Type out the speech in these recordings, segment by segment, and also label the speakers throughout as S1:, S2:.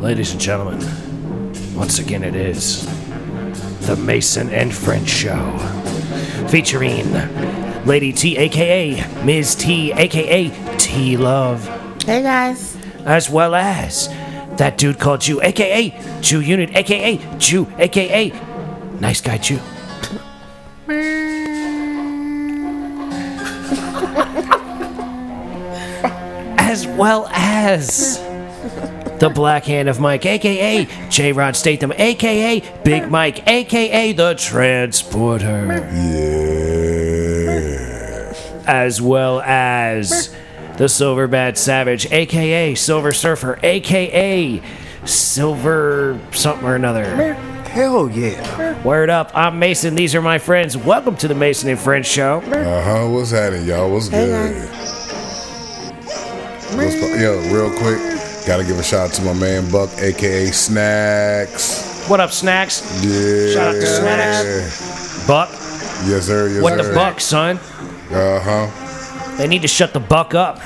S1: Ladies and gentlemen, once again it is the Mason and French Show, featuring Lady T, aka Ms. T, aka T Love,
S2: Hey guys.
S1: as well as that dude called Jew, aka Jew Unit, aka Jew, aka Nice Guy Jew. as well as the Black Hand of Mike, aka J Rod Statham, aka Big Mike, aka the Transporter. As well as the Silver Bat Savage, aka Silver Surfer, aka Silver something or another.
S3: Hell yeah.
S1: Word up, I'm Mason, these are my friends. Welcome to the Mason and Friends Show.
S4: Uh huh. What's happening, y'all? What's
S2: Hey,
S4: good? What's fu- yo, real quick, gotta give a shout out to my man Buck, aka Snacks.
S1: What up, Snacks?
S4: Yeah.
S1: Shout out to Snacks. Buck?
S4: Yes, sir. Yes,
S1: What the
S4: sir.
S1: buck, son?
S4: Uh huh.
S1: They need to shut the buck up.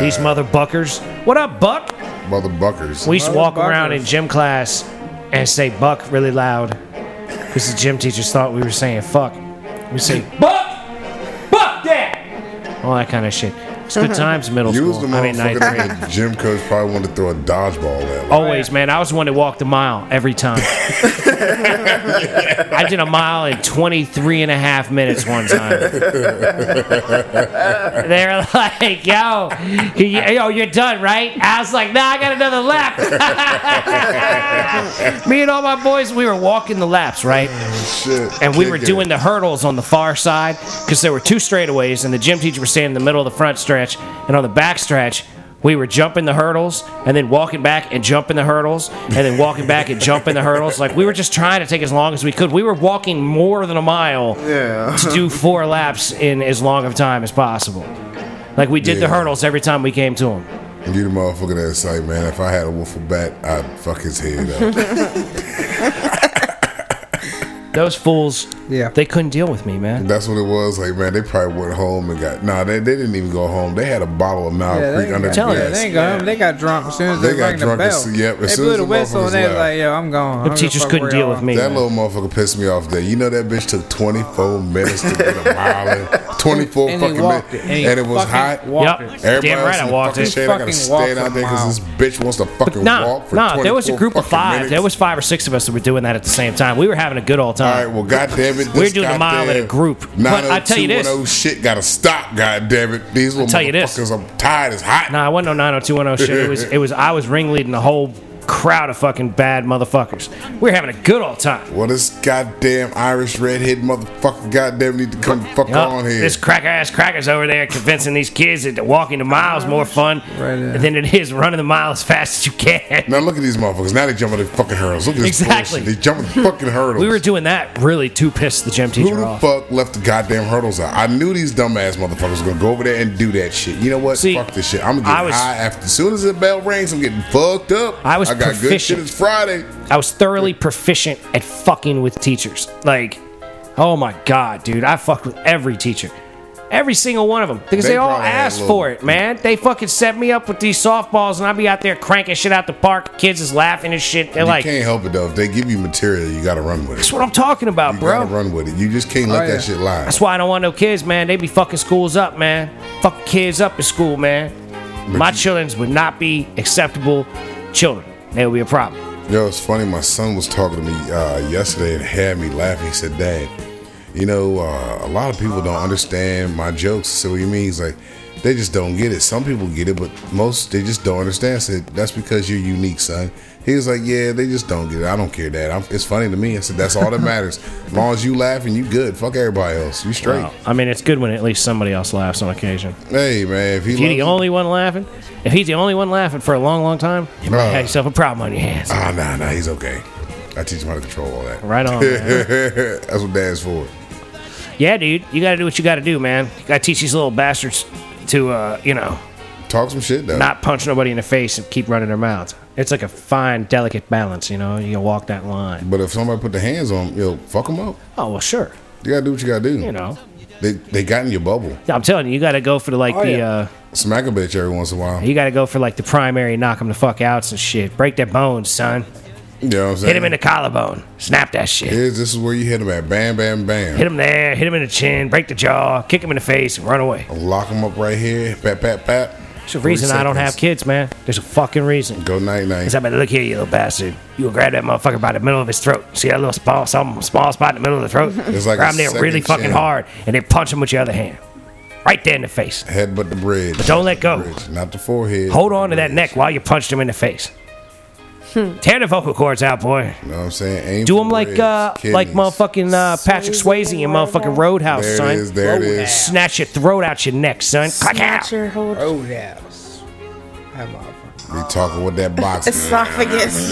S1: These mother buckers. What up, buck?
S4: Mother Buckers.
S1: We used to walk
S3: Mother
S1: around
S3: buckers.
S1: in gym class and say buck really loud because the gym teachers thought we were saying fuck. We say buck, buck that, all that kind of shit. It's good times in middle
S4: you
S1: school.
S4: was the
S1: I mean, ninth
S4: motherfucker
S1: grade.
S4: that the gym coach probably wanted to throw a dodgeball at. Like,
S1: Always, man. I was the one that walked a mile every time. I did a mile in 23 and a half minutes one time. They're like, yo, you, yo, you're done, right? I was like, nah, I got another lap. Me and all my boys, we were walking the laps, right?
S4: shit.
S1: And we
S4: Kick
S1: were
S4: it.
S1: doing the hurdles on the far side because there were two straightaways, and the gym teacher was standing in the middle of the front stretch. And on the back stretch, we were jumping the hurdles and then walking back and jumping the hurdles and then walking back and jumping the hurdles. Like we were just trying to take as long as we could. We were walking more than a mile
S3: Yeah.
S1: to do four laps in as long of time as possible. Like we did the
S4: Yeah.
S1: hurdles every time we came to them.
S4: You the motherfucker that's like, man, if I had a wiffle bat, I'd fuck his head up.
S1: Those fools,
S3: Yeah.
S1: they couldn't deal with me, man.
S4: that's what it was. Like, man, they probably went home and got. Nah, they, they didn't even go home. They had a bottle of Mile
S3: Yeah,
S4: Creek
S3: they,
S4: under
S3: got,
S4: the
S1: telling you,
S4: desk.
S3: they ain't got They got drunk as soon as
S4: They
S3: they,
S4: got
S3: rang the
S4: drunk as-
S3: bell.
S4: yep, as
S3: they
S4: soon
S3: blew
S4: as
S3: the
S4: the
S3: whistle
S4: motherfuckers
S3: and they was
S4: left.
S3: like, "Yo, I'm gone."
S1: The teachers couldn't deal with me.
S4: That
S1: man.
S4: little motherfucker pissed me off that. You know that bitch took 24 minutes to get a mile in. 24
S3: And he
S4: fucking
S3: walked
S4: minutes.
S3: it.
S4: And,
S3: And he
S4: it was
S3: fucking
S4: hot.
S1: Yep.
S3: walked it.
S4: Everybody
S1: Damn
S4: else
S1: right
S4: in
S1: I
S4: the
S1: walked
S4: fucking
S1: it.
S4: shade, I gotta
S3: Fucking walked
S4: stand out
S3: a
S4: there because this
S3: mile.
S4: bitch wants to fucking
S1: Nah,
S4: walk for
S1: nah, there was a
S4: 24
S1: group of
S4: fucking
S1: five.
S4: minutes.
S1: There was five or six of us that were doing that at the same time. We were having a good old
S4: All
S1: time.
S4: right, well, goddamn it.
S1: We're doing a mile in a group. But I tell you this-
S4: oh shit gotta stop, goddamn it. These little
S1: tell you this.
S4: motherfuckers, I'm tired, it's hot.
S1: Nah, I wasn't no 90210 shit. It was, it was, I was ringleading a whole crowd of fucking bad motherfuckers. We were having a good old time.
S4: Well, this goddamn Irish redhead motherfucker, goddamn, need to come fuck
S1: Yup.
S4: on here.
S1: This cracker ass cracker's over there convincing these kids that walking the mile is more fun
S3: Right.
S1: than it is running the mile as fast as you can.
S4: Now look at these motherfuckers. Now they jump on the fucking hurdles. Look at this
S1: Exactly.
S4: bullshit. They jump on the fucking hurdles.
S1: We were doing that really to piss the gym
S4: Who
S1: teacher
S4: the
S1: off.
S4: fuck left the goddamn hurdles out? I knew these dumbass motherfuckers were gonna go over there and do that shit. You know what?
S1: See,
S4: fuck this shit. I'm gonna
S1: I
S4: get
S1: was-
S4: high after. As soon as the bell rings, I'm getting fucked up.
S1: I was
S4: I got good shit.
S1: proficient.
S4: It's Friday.
S1: I was thoroughly proficient at fucking with teachers. Like, oh my god, dude, I fucked with every teacher. Every single one of them. Because they,
S4: They
S1: all
S4: probably had a
S1: asked
S4: little-
S1: for it, man. They fucking set me up with these softballs and I'd be out there cranking shit out the park. Kids is laughing and shit. They're
S4: You
S1: like,
S4: can't help it though. If they give you material, you gotta run with it.
S1: that's what I'm talking about,
S4: You
S1: bro.
S4: gotta run with it. You just can't let
S3: Oh, yeah.
S4: that shit lie.
S1: That's why I don't want no kids, man. They be fucking schools up, man. Fuck kids up in school, man. My children's would not be acceptable children. They would be a problem.
S4: Yo, it's funny. My son was talking to me uh, yesterday and had me laughing. He said, "Dad, you know, uh, a lot of people don't understand my jokes." So what do you mean? He's like, "They just don't get it. Some people get it, but most they just don't understand." I said, "That's because you're unique, son." He was like, "Yeah, they just don't get it. I don't care, Dad. I'm, it's funny to me." I said, "That's all that matters. As long as you laughing, you good. Fuck everybody else. You straight."
S1: Well, I mean, it's good when at least somebody else laughs on occasion.
S4: Hey, man, if he
S1: If you're the
S4: loves
S1: only one laughing, if he's the only one laughing for a long, long time, you might
S4: Bruh.
S1: have yourself a problem on your hands.
S4: ah, nah, nah, he's okay. I teach him how to control all that.
S1: Right on. Man.
S4: That's what Dad's for.
S1: yeah, dude, you got to do what you got to do, man. You got to teach these little bastards to, uh, you know,
S4: Talk some shit though.
S1: not punch nobody in the face and keep running their mouths. It's like a fine, delicate balance, you know. You can walk that line.
S4: But if somebody put their hands on 'em, yo, fuck them up.
S1: Oh well, sure,
S4: You gotta do what you gotta do.
S1: you know.
S4: They they got in your bubble.
S1: I'm telling you, you got to go for the like
S3: Oh,
S1: the
S3: yeah.
S1: uh,
S4: Smack a bitch every once in a while.
S1: you got to go for like the primary knock them the fuck outs and shit. Break their bones, son.
S4: You know what I'm saying?
S1: Hit him in the collarbone. Snap that shit.
S4: Here's- this is where you hit him at. Bam, bam, bam.
S1: Hit him there. Hit him in the chin. Break the jaw. Kick him in the face. and Run away.
S4: Lock him up right here. Pat, pat, pat.
S1: There's a reason I don't have kids, man. There's a fucking reason.
S4: Go night, night.
S1: Cause I better look here, you little bastard. You will grab that motherfucker by the middle of his throat. See that little small, some small spot in the middle of the throat?
S4: It's like a
S1: grab him there
S4: second
S1: really fucking
S4: chin.
S1: hard, and then punch him with your other hand, right there in the face.
S4: Headbutt the bridge. But
S1: don't let go.
S4: Not the forehead.
S1: Hold
S4: but
S1: on to
S4: the
S1: that
S4: bridge.
S1: neck while you punched him in the face.
S4: Hmm.
S1: Tear the vocal cords out, boy.
S4: You know what I'm saying? Aim
S1: Do
S4: for
S1: him
S4: the
S1: like
S4: ribs,
S1: uh, like
S4: kidneys.
S1: motherfucking uh, Patrick Swayze in motherfucking Roadhouse,
S4: There
S1: son.
S4: it is. There it
S3: Roll
S4: is.
S1: Snatch your throat out your neck, son. Clack out.
S2: Snatch your whole
S3: Oh, yes. That motherfucker.
S4: Be talking with that box.
S2: esophagus.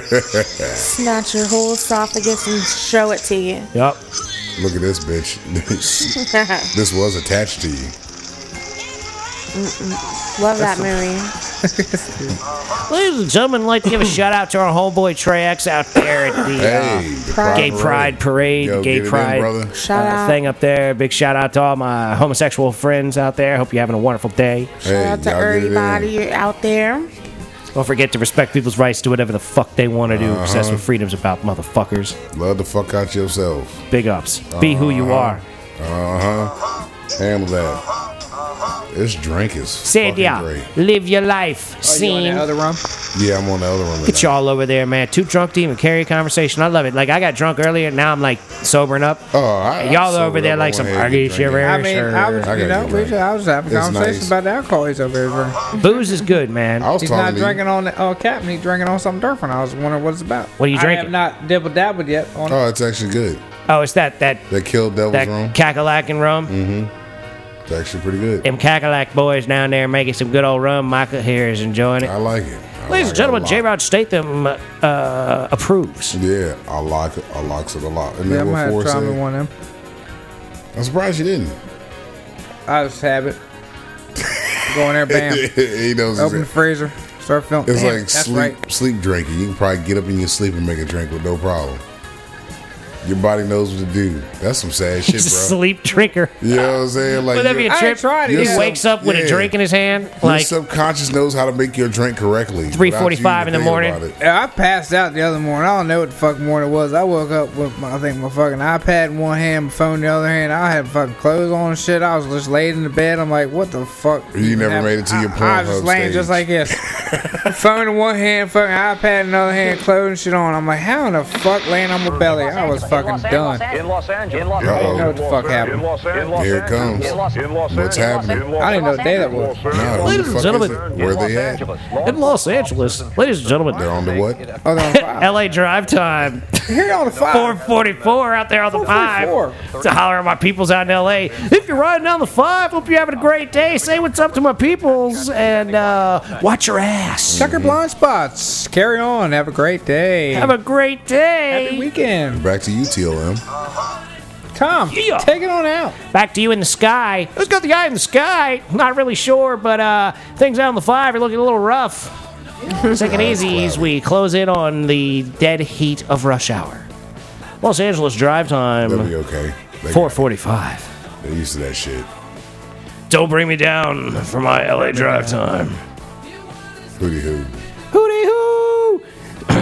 S2: Snatch your whole esophagus and show it to you.
S1: Yup.
S4: Look at this bitch. this was attached to you.
S2: Love that movie.
S1: Ladies and gentlemen, I'd like to give a shout out to our homeboy Trey X out there at the uh,
S4: Hey, the Pride
S1: Gay Pride Parade,
S4: Yo,
S1: Gay
S4: get it in,
S1: Pride
S4: brother.
S2: Shout
S1: uh,
S2: out.
S1: thing up there. Big shout out to all my homosexual friends out there. Hope you're having a wonderful day.
S2: Shout out to
S4: y'all get it in.
S2: everybody out there.
S1: Don't forget to respect people's rights to whatever the fuck they want to
S4: Uh-huh.
S1: do. because That's what freedom's about, motherfuckers.
S4: Love the fuck out yourself.
S1: Big ups. Be who
S4: Uh-huh.
S1: you are.
S4: Uh huh. Handle that. This drink is
S1: Said
S4: fucking
S1: ya.
S4: great.
S1: Live your life.
S3: Oh, you want
S1: Scene.
S3: that other rum?
S4: Yeah, I'm on the other one.
S1: Get y'all over there, man. Too drunk to even carry a conversation. I love it. Like I got drunk earlier, now I'm like sobering up.
S4: Oh, I,
S1: And y'all
S4: I'm
S1: over
S4: sobered
S1: there
S4: up.
S1: like
S4: I
S1: some
S4: went ahead and
S1: argy
S4: drank
S1: shit,
S4: it.
S1: right?
S3: I mean, I was,
S1: I
S4: gotta
S3: you know,
S4: get
S3: we
S4: drunk.
S3: just, I was having
S4: It's
S3: conversations
S4: nice.
S3: about the alcohol he's over here drinking.
S1: Booze is good, man.
S4: I was
S3: He's
S4: talking
S3: not
S4: to
S3: drinking
S4: you.
S3: on the uh, cap, and he's drinking on something different. I was wondering what it's about.
S1: What are you
S3: I
S1: drinking?
S3: have not dibble dabbled yet. On
S4: Oh, it's actually good.
S1: Oh, it's that that
S4: That killed Devil's
S1: that
S4: Room.
S1: Cackalack and rum.
S4: Mm. It's actually pretty good.
S1: Them Cackalack boys down there making some good old rum. Michael here is enjoying it.
S4: I like it. I
S1: Ladies
S4: like it a
S1: and gentlemen,
S4: lot.
S1: J Rod Statham uh, approves.
S4: Yeah, I like it. I likes it a lot. And
S3: yeah,
S4: then what
S3: I'm gonna have to
S4: Forrest
S3: try me
S4: said,
S3: one of them.
S4: I'm surprised you didn't.
S3: I just have it. Go in there, bam.
S4: he knows
S3: Open the
S4: it's,
S3: freezer. Start filming.
S4: it's
S3: Damn,
S4: like
S3: that's
S4: sleep
S3: right.
S4: sleep drinking. You can probably get up in your sleep and make a drink with no problem. Your body knows what to do. That's some sad shit,
S1: He's a
S4: bro.
S1: sleep drinker.
S4: You know what I'm saying? Like
S1: Would that be
S4: your,
S1: a
S3: I
S1: trip?
S3: tried it.
S1: He
S4: Your
S1: wakes
S4: sub-
S1: up with a
S4: yeah.
S1: drink in his hand,
S4: your
S1: like
S4: subconscious knows how to make your drink correctly. without you
S1: 3:45 in
S4: even
S1: the
S4: thinking
S1: morning.
S4: about it.
S3: Yeah, I passed out the other morning. I don't know what the fuck morning it was. I woke up with my, I think my fucking iPad in one hand, my phone in the other hand. I had fucking clothes on and shit. I was just laid in the bed. I'm like, what the fuck?
S4: You
S3: even
S4: never
S3: happened?
S4: made it to your
S3: I, I was
S4: Pornhub
S3: just laying just
S4: stage.
S3: like this. phone in one hand, fucking iPad in the other hand, clothes and shit on. I'm like, how in the fuck laying on my belly? I was fucking done.
S5: In Los Angeles. In Los
S4: Uh-oh.
S3: Know what the fuck happened.
S5: In Los Angeles.
S4: Here it comes.
S5: In Los- in Los
S4: What's
S5: Angeles.
S4: happening?
S5: In Los
S3: I didn't know what day that was.
S5: Angeles.
S4: Nah, who
S1: Ladies
S4: the
S1: and
S4: fuck
S1: gentlemen,
S4: is it?
S5: In
S4: Where
S5: Los
S4: they at?
S5: Angeles.
S1: in Los Angeles. Ladies and
S4: They're
S1: gentlemen,
S4: on the what?
S3: Oh, they're on fire.
S1: L.A. drive time.
S3: Here on the fire.
S1: 444 out there on the
S3: 444.
S1: five to holler at my peoples out in LA. If you're riding down the five, hope you're having a great day. Say what's up to my peoples and uh, watch your ass.
S3: Check your blind spots. Carry on. Have a great day.
S1: Have a great
S3: Happy
S1: day.
S3: weekend.
S4: Back to you, TLM.
S3: Tom,
S1: Yeah.
S3: take it on out.
S1: Back to you in the sky. Who's got the guy in the sky? Not really sure, but uh, things out in the five are looking a little rough. Take it easy as we close in on the dead heat of rush hour. Los Angeles drive
S4: They'll
S1: time,
S4: be okay. They,
S1: 445.
S4: They're used to that shit.
S1: Don't bring me down for my LA drive time.
S4: Hootie hoo.
S1: Hooty hoo!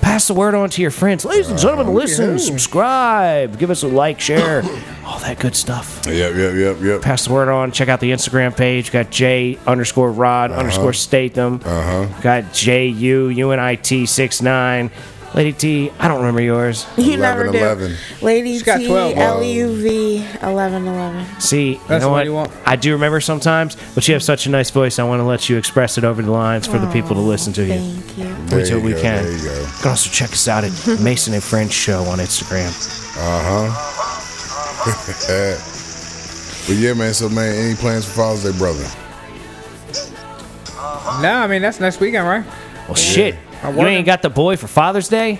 S1: Pass the word on to your friends. Ladies and gentlemen, listen, subscribe, give us a like, share, all that good stuff.
S4: Yep, yep, yep, yep.
S1: Pass the word on. Check out the Instagram page. Got J underscore Rod
S4: Uh-huh.
S1: underscore Statham. Uh huh. Got J U U N I T six nine. Lady T, I don't remember yours.
S2: You
S4: 11,
S2: never do.
S4: 11.
S2: Lady
S3: got
S2: T
S3: 12.
S2: L U V 11 11.
S1: See, you
S3: That's
S1: know
S3: the one
S1: what?
S3: you want.
S1: I do remember sometimes, but you have such a nice voice. I want to let you express it over the lines for the people to listen to you.
S2: Thank you.
S4: There
S1: till
S4: you
S1: we
S4: go,
S1: can.
S4: There you go.
S1: You can also check us out at Mason and Friends Show on Instagram.
S4: Uh huh. but yeah, man. So man, any plans for Father's Day, brother?
S3: No, I mean that's next weekend, right?
S1: Well, shit.
S3: I
S1: You
S3: work.
S1: ain't got the boy for Father's Day?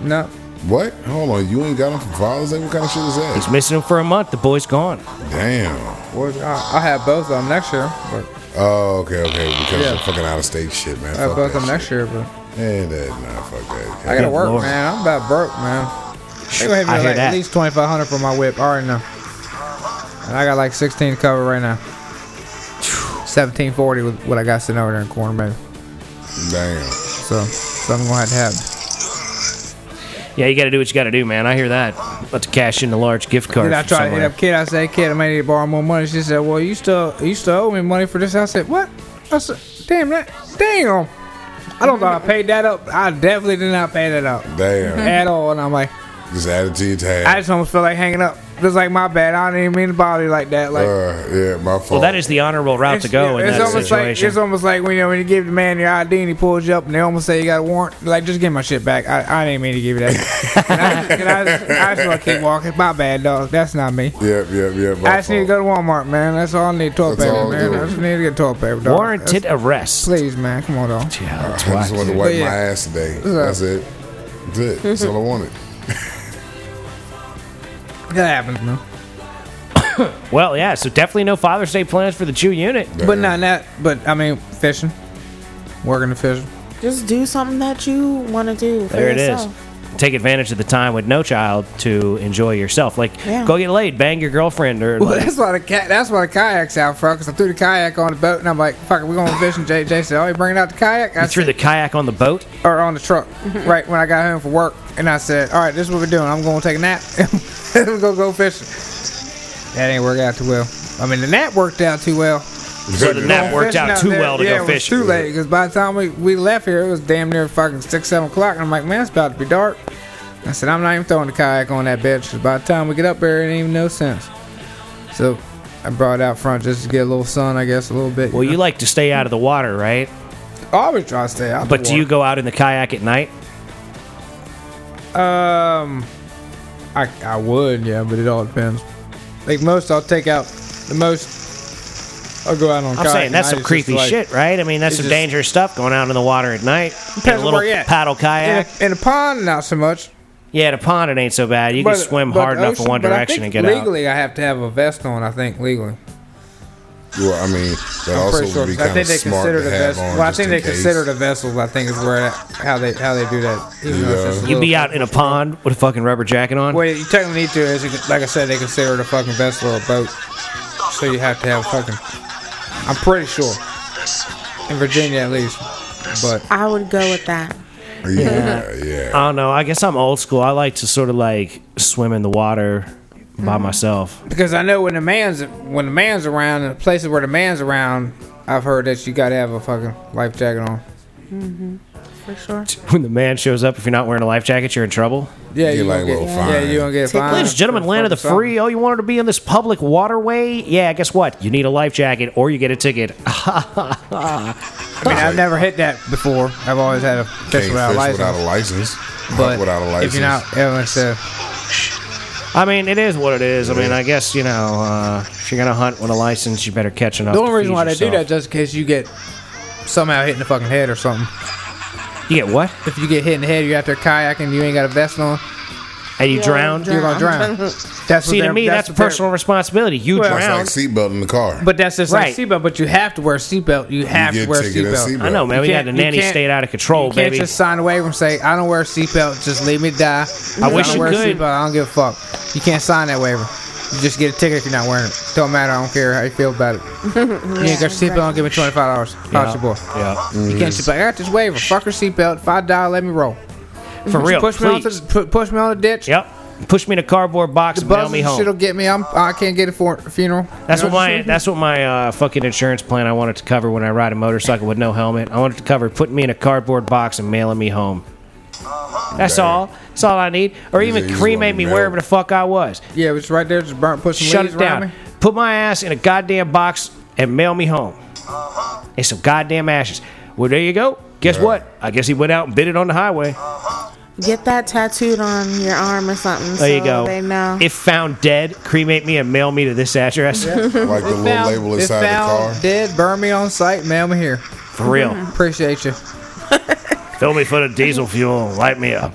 S3: No.
S4: What? Hold on. You ain't got him for Father's Day? What kind of shit is
S1: He's
S4: that?
S1: missing him for a month. The boy's gone.
S4: Damn.
S3: Well, I- I'll have both of them next year. But
S4: Oh, okay, okay. Because
S3: Yeah.
S4: you're fucking out of state shit, man.
S3: I have
S4: Fuck
S3: both of
S4: that
S3: them
S4: shit.
S3: next year. But
S4: Yeah, that, nah, fuck that.
S3: I gotta
S1: Good
S3: work,
S1: Lord.
S3: man. I'm about broke, man. They gonna hit me
S1: I
S3: with,
S1: hear
S3: like,
S1: that.
S3: at least 2500 for my whip. All right, now. And I got like 16 to cover right now. 1740 with what I got sitting over there in the corner, baby.
S4: Damn.
S3: So, something gonna have to happen.
S1: Yeah, you got to do what you got to do, man. I hear that. About to cash in the large gift card.
S3: Then I
S1: from
S3: tried to hit
S1: somewhere.
S3: up kid. I said, kid, I may need to borrow more money. She said, well, you still you still owe me money for this. I said, what? I said, damn that, damn. I don't thought I paid that up. I definitely did not pay that
S1: Mm-hmm.
S3: up
S4: Damn.
S3: at all. And I'm like,
S4: Just attitude tag.
S3: I just almost feel like hanging up. Just like my bad. I didn't even mean to bother you like that. Like.
S4: uh, yeah, my fault.
S1: Well, that is the honorable route to go in
S3: it's
S1: that
S3: almost
S1: situation.
S3: Like, it's almost like when you, know, when you give the man your ID and he pulls you up and they almost say you got a warrant. Like, just give my shit back. I, I didn't mean to give you that. and I, just- and I just, I just want to keep walking. My bad, dog. That's not me.
S4: Yep, yep, yep. my
S3: I just need to
S4: fault.
S3: go to Walmart, man. That's all I need. Toilet
S4: That's
S3: paper,
S4: all
S3: man.
S4: good.
S3: I just need to get toilet paper, dog.
S1: Warranted arrest.
S3: That's- please, man. Come on, dog.
S1: Yeah, that's
S4: I just
S1: why.
S4: wanted to wipe
S3: yeah.
S4: my ass today.
S3: up?
S4: That's it. That's it. That's all I wanted.
S3: That happens, man.
S1: Well, yeah. So definitely no Father's Day plans for the Jew unit.
S3: But not that. But I mean, fishing, working the fishing.
S2: Just do something that you want to do. For
S1: There it is.
S2: yourself.
S1: Take advantage of the time with no child to enjoy yourself. Like,
S2: Yeah.
S1: go get laid, bang your girlfriend, or
S3: Well,
S1: like,
S3: that's why the cat. That's why the kayak's out front. Cause I threw the kayak on the boat, and I'm like, "Fuck, it, we going fishing." JJ said, "Oh, you bringing out the kayak?" I
S1: you threw the kayak on the boat.
S3: or on the truck right when I got home from work, and I said, "All right, this is what we're doing. I'm going to take a nap. We're gonna go fishing." That ain't work out too well. I mean, the nap worked out too well.
S1: So the nap worked
S3: Fishing
S1: out too
S3: there-
S1: well to
S3: yeah,
S1: go
S3: it was
S1: fishing.
S3: Too late because by the time we, we left here, it was damn near fucking six, seven o'clock, and I'm like, "Man, it's about to be dark." I said, "I'm not even throwing the kayak on that bitch." 'cause by the time we get up there, it ain't even no sense. So I brought it out front just to get a little sun, I guess, a little bit.
S1: Well, you like to stay out of the water, right?
S3: I always try to stay out.
S1: But
S3: the
S1: do you go out in the kayak at night?
S3: Um, I I would, yeah, but it all depends. Like most, I'll take out the most. I'll go out on.
S1: I'm
S3: kayak
S1: saying that's
S3: at
S1: some
S3: night, it's
S1: creepy
S3: just like-
S1: shit, right? I mean, that's
S3: it's
S1: some
S3: just-
S1: dangerous stuff going out in the water at night. In a
S3: Depends on
S1: little
S3: where you're at.
S1: paddle
S3: In
S1: kayak.
S3: a, in a pond, not so much.
S1: Yeah, the pond it ain't so bad. You can swim
S3: but
S1: hard enough
S3: ocean-
S1: in one
S3: but I
S1: direction and
S3: think
S1: get out.
S3: legally, I have to have a vest on. I think legally.
S4: Well, I mean, that
S3: I'm
S4: also
S3: pretty sure.
S4: would be
S3: I
S4: kind
S3: think
S4: of
S3: they
S4: smart
S3: consider
S4: to
S3: the
S4: have
S3: vessel.
S4: on.
S3: Well, I
S4: just
S3: think
S4: in
S3: they
S4: case.
S3: consider the vessels. I think is where that, how they how they do that. Even though it's
S4: Yeah.
S3: just a
S1: You'd be
S3: little-
S1: out in a pond with a fucking rubber jacket on.
S3: Well, you technically need to, is you, like I said, they consider it a fucking vessel or a boat, so you have to have fucking. I'm pretty sure, in Virginia at least, but
S2: I would go with that.
S4: Yeah, yeah.
S1: I don't know. I guess I'm old school. I like to sort of like swim in the water by
S3: Mm.
S1: myself.
S3: because I know when the man's when the man's around and the places where the man's around, I've heard that you gotta have a fucking life jacket on.
S2: For sure.
S1: When the man shows up, if you're not wearing a life jacket, you're in trouble.
S3: Yeah,
S4: You
S3: you
S4: like
S3: gonna get,
S4: little
S3: yeah,
S4: fine.
S3: you gonna get
S2: Take
S3: fined.
S1: Ladies and gentlemen,
S3: for
S1: land of the
S3: fucking
S1: free. Oh, you wanted to be in this public waterway? Yeah, guess what? You need a life jacket or you get a ticket.
S3: something. I mean, I've never hit that before. I've always had a
S4: Can't
S3: fish
S4: fish
S3: without a license.
S4: without a license.
S3: but
S4: Hunt without a license.
S3: if you're not, yeah, it's, uh,
S1: I mean, it is what it is. I mean, I guess, you know, uh, if you're going to hunt with a license, you better catch enough.
S3: the
S1: to
S3: only reason
S1: feed
S3: why they do
S1: yourself.
S3: that just in case you get somehow hit in the fucking head or something.
S1: You get what?
S3: If you get hit in the head, you're out there kayaking, you ain't got a vest on,
S1: And you
S2: Yeah,
S1: drown?
S2: drown.
S3: you're gonna drown. That's
S1: See,
S3: what
S1: to
S3: they're-
S1: me, that's,
S3: what they're-
S1: personal responsibility. You
S3: Well-
S1: drown.
S4: That's like seatbelt in the car.
S3: But that's just
S1: Right.
S3: like seatbelt. But you have to wear a seatbelt. You have
S4: get
S3: to wear a
S4: ticketed
S3: seatbelt.
S4: seatbelt.
S1: I know, man.
S3: You
S1: We had
S3: can't-
S1: the
S3: you
S1: nanny
S3: can't-
S1: stayed out of control,
S3: You can't
S1: baby.
S3: just sign away from say I don't wear a seatbelt. Just leave me die.
S1: I wish
S3: don't
S1: you
S3: wear a
S1: could.
S3: Seatbelt. I don't give a fuck. You can't sign that waiver. You just get a ticket if you're not wearing it. Don't matter. I don't care how you feel about it. you ain't got your seatbelt. Don't give me twenty five dollars. How's your boy?
S1: yeah.
S3: You can't just be like I got this waiver. Fuck your seatbelt. If I die, let me roll.
S1: For real.
S3: push me, on
S1: please.
S3: the, pu- push me on the ditch.
S1: Yep. Push me in a cardboard box
S3: The
S1: and mail me
S3: buzzing
S1: home.
S3: shit'll get me. I'm. I can't get it for a funeral.
S1: That's
S3: You
S1: what
S3: know
S1: my
S3: I'm
S1: that's what my uh, fucking insurance plan I wanted to cover when I ride a motorcycle with no helmet. I wanted to cover putting me in a cardboard box and mailing me home. That's
S4: Damn.
S1: all. That's all I need. Or even
S4: just
S1: cremate
S4: wanted
S1: me
S4: to
S1: wherever
S4: melt.
S1: the fuck I was.
S3: saying? Yeah, it's right there. Just burn. Put some
S1: Shut
S3: leaves
S1: it
S3: around
S1: down.
S3: me.
S1: Put my ass in a goddamn box and mail me home. And some goddamn ashes. Well, there you go. Guess
S4: Yeah.
S1: what? I guess he went out and bid it on the highway.
S2: Get that tattooed on your arm or something.
S1: There you
S2: so
S1: go.
S2: They know.
S1: If found dead, cremate me and mail me to this address.
S4: like the little label
S3: it's
S4: inside the
S3: found
S4: car.
S3: dead. Burn me on site. Mail me here.
S1: For real.
S3: Appreciate you.
S1: Fill me full of diesel fuel and light me up.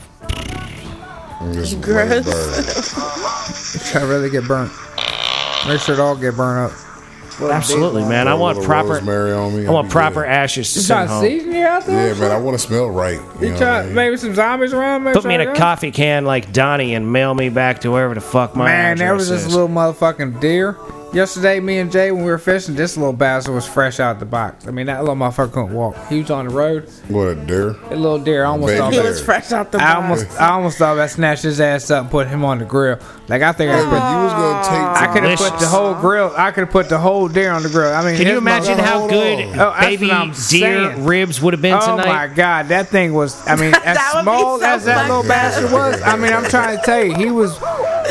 S4: And just let
S2: Gross.
S4: it burn.
S3: I really get burnt. Make sure it all get burnt up.
S1: Absolutely, man. I
S4: Throw a
S1: want
S4: little
S1: proper.
S4: rosemary on me,
S1: I want
S4: I'll be
S1: proper
S4: good.
S1: ashes to
S3: You
S1: send
S3: trying to
S1: home.
S3: season you out there?
S4: Yeah, man, I want to smell right. You,
S3: You
S4: know
S3: try
S4: what I mean?
S3: maybe some zombies around? maybe
S1: Put me in
S3: try
S1: a
S3: that?
S1: coffee can like Donnie and mail me back to wherever the fuck my
S3: Man, there was
S1: address
S3: this
S1: is.
S3: little motherfucking deer. Yesterday, me and Jay, when we were fishing, this little bastard was fresh out the box. I mean, that little motherfucker couldn't walk. He was on the road.
S4: What a dare.
S3: That little deer I almost
S4: Baby
S3: thought
S2: He
S4: bear.
S3: that,
S2: was fresh out the
S3: I
S2: box.
S3: almost, I almost thought I snatched his ass up and put him on the grill. Like I think I
S4: Hey, but
S3: put,
S4: you was gonna
S3: I
S4: take.
S3: could have put the
S1: Delicious.
S3: whole grill. I could have put the whole deer on the grill. I mean,
S1: Can you
S3: his
S1: imagine
S3: motherfucker-
S1: how
S4: Hold
S1: good
S4: on.
S3: Oh, that's
S1: baby
S3: what I'm
S1: deer
S3: saying.
S1: ribs would have been
S3: Oh
S1: tonight?
S3: my god, that thing was. I mean, as
S2: That would be
S3: small
S2: so
S3: as that little
S2: fucked
S3: bastard
S4: up.
S3: was, I mean, I'm trying to tell you, he was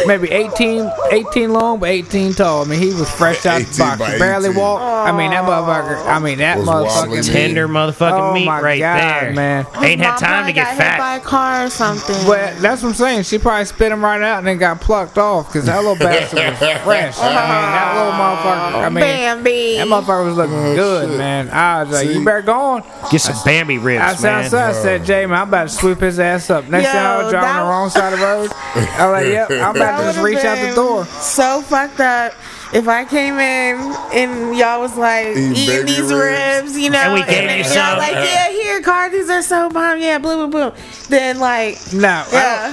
S3: maybe 18, 18 long, but 18 tall. I mean, he was fresh out
S4: 18
S3: the box.
S4: by
S3: He barely
S4: 18.
S3: walked. I mean, that motherfucker. I mean, that
S4: Was wobbling.
S3: motherfucking
S1: Tender motherfucking
S3: Oh
S1: meat
S3: my
S1: right
S3: God,
S1: there,
S3: man.
S1: Ain't
S2: His
S1: had
S2: mom
S1: time to
S2: probably
S1: get
S2: got hit by a
S1: fat.
S2: car or something.
S3: But that's what I'm saying. She probably spit him right out and then got plucked off because that little bastard was fresh. I mean, that little motherfucker. I mean,
S2: Bambi.
S3: that motherfucker was looking good,
S4: Oh, shit.
S3: man. I was like,
S4: See?
S3: you better go on.
S1: Get some Bambi ribs,
S3: I said, I
S1: man.
S3: said, I said, Jay, man, I'm about to sweep his ass up. Next
S2: Yo,
S3: time I was driving
S2: that-
S3: the wrong side of the road, I was like, yep, I'm about to
S2: That
S3: just
S2: would've
S3: reach out the
S2: been
S3: door.
S2: So fucked up. If I came in and y'all was like
S4: Eating
S2: eating
S4: baby
S2: these
S4: ribs.
S2: ribs. you know,
S1: And we gave you
S2: then y'all
S1: some.
S2: like, yeah, here, car, these are so bomb, yeah, blah blah blah. Then like,
S3: No, yeah.
S2: yeah,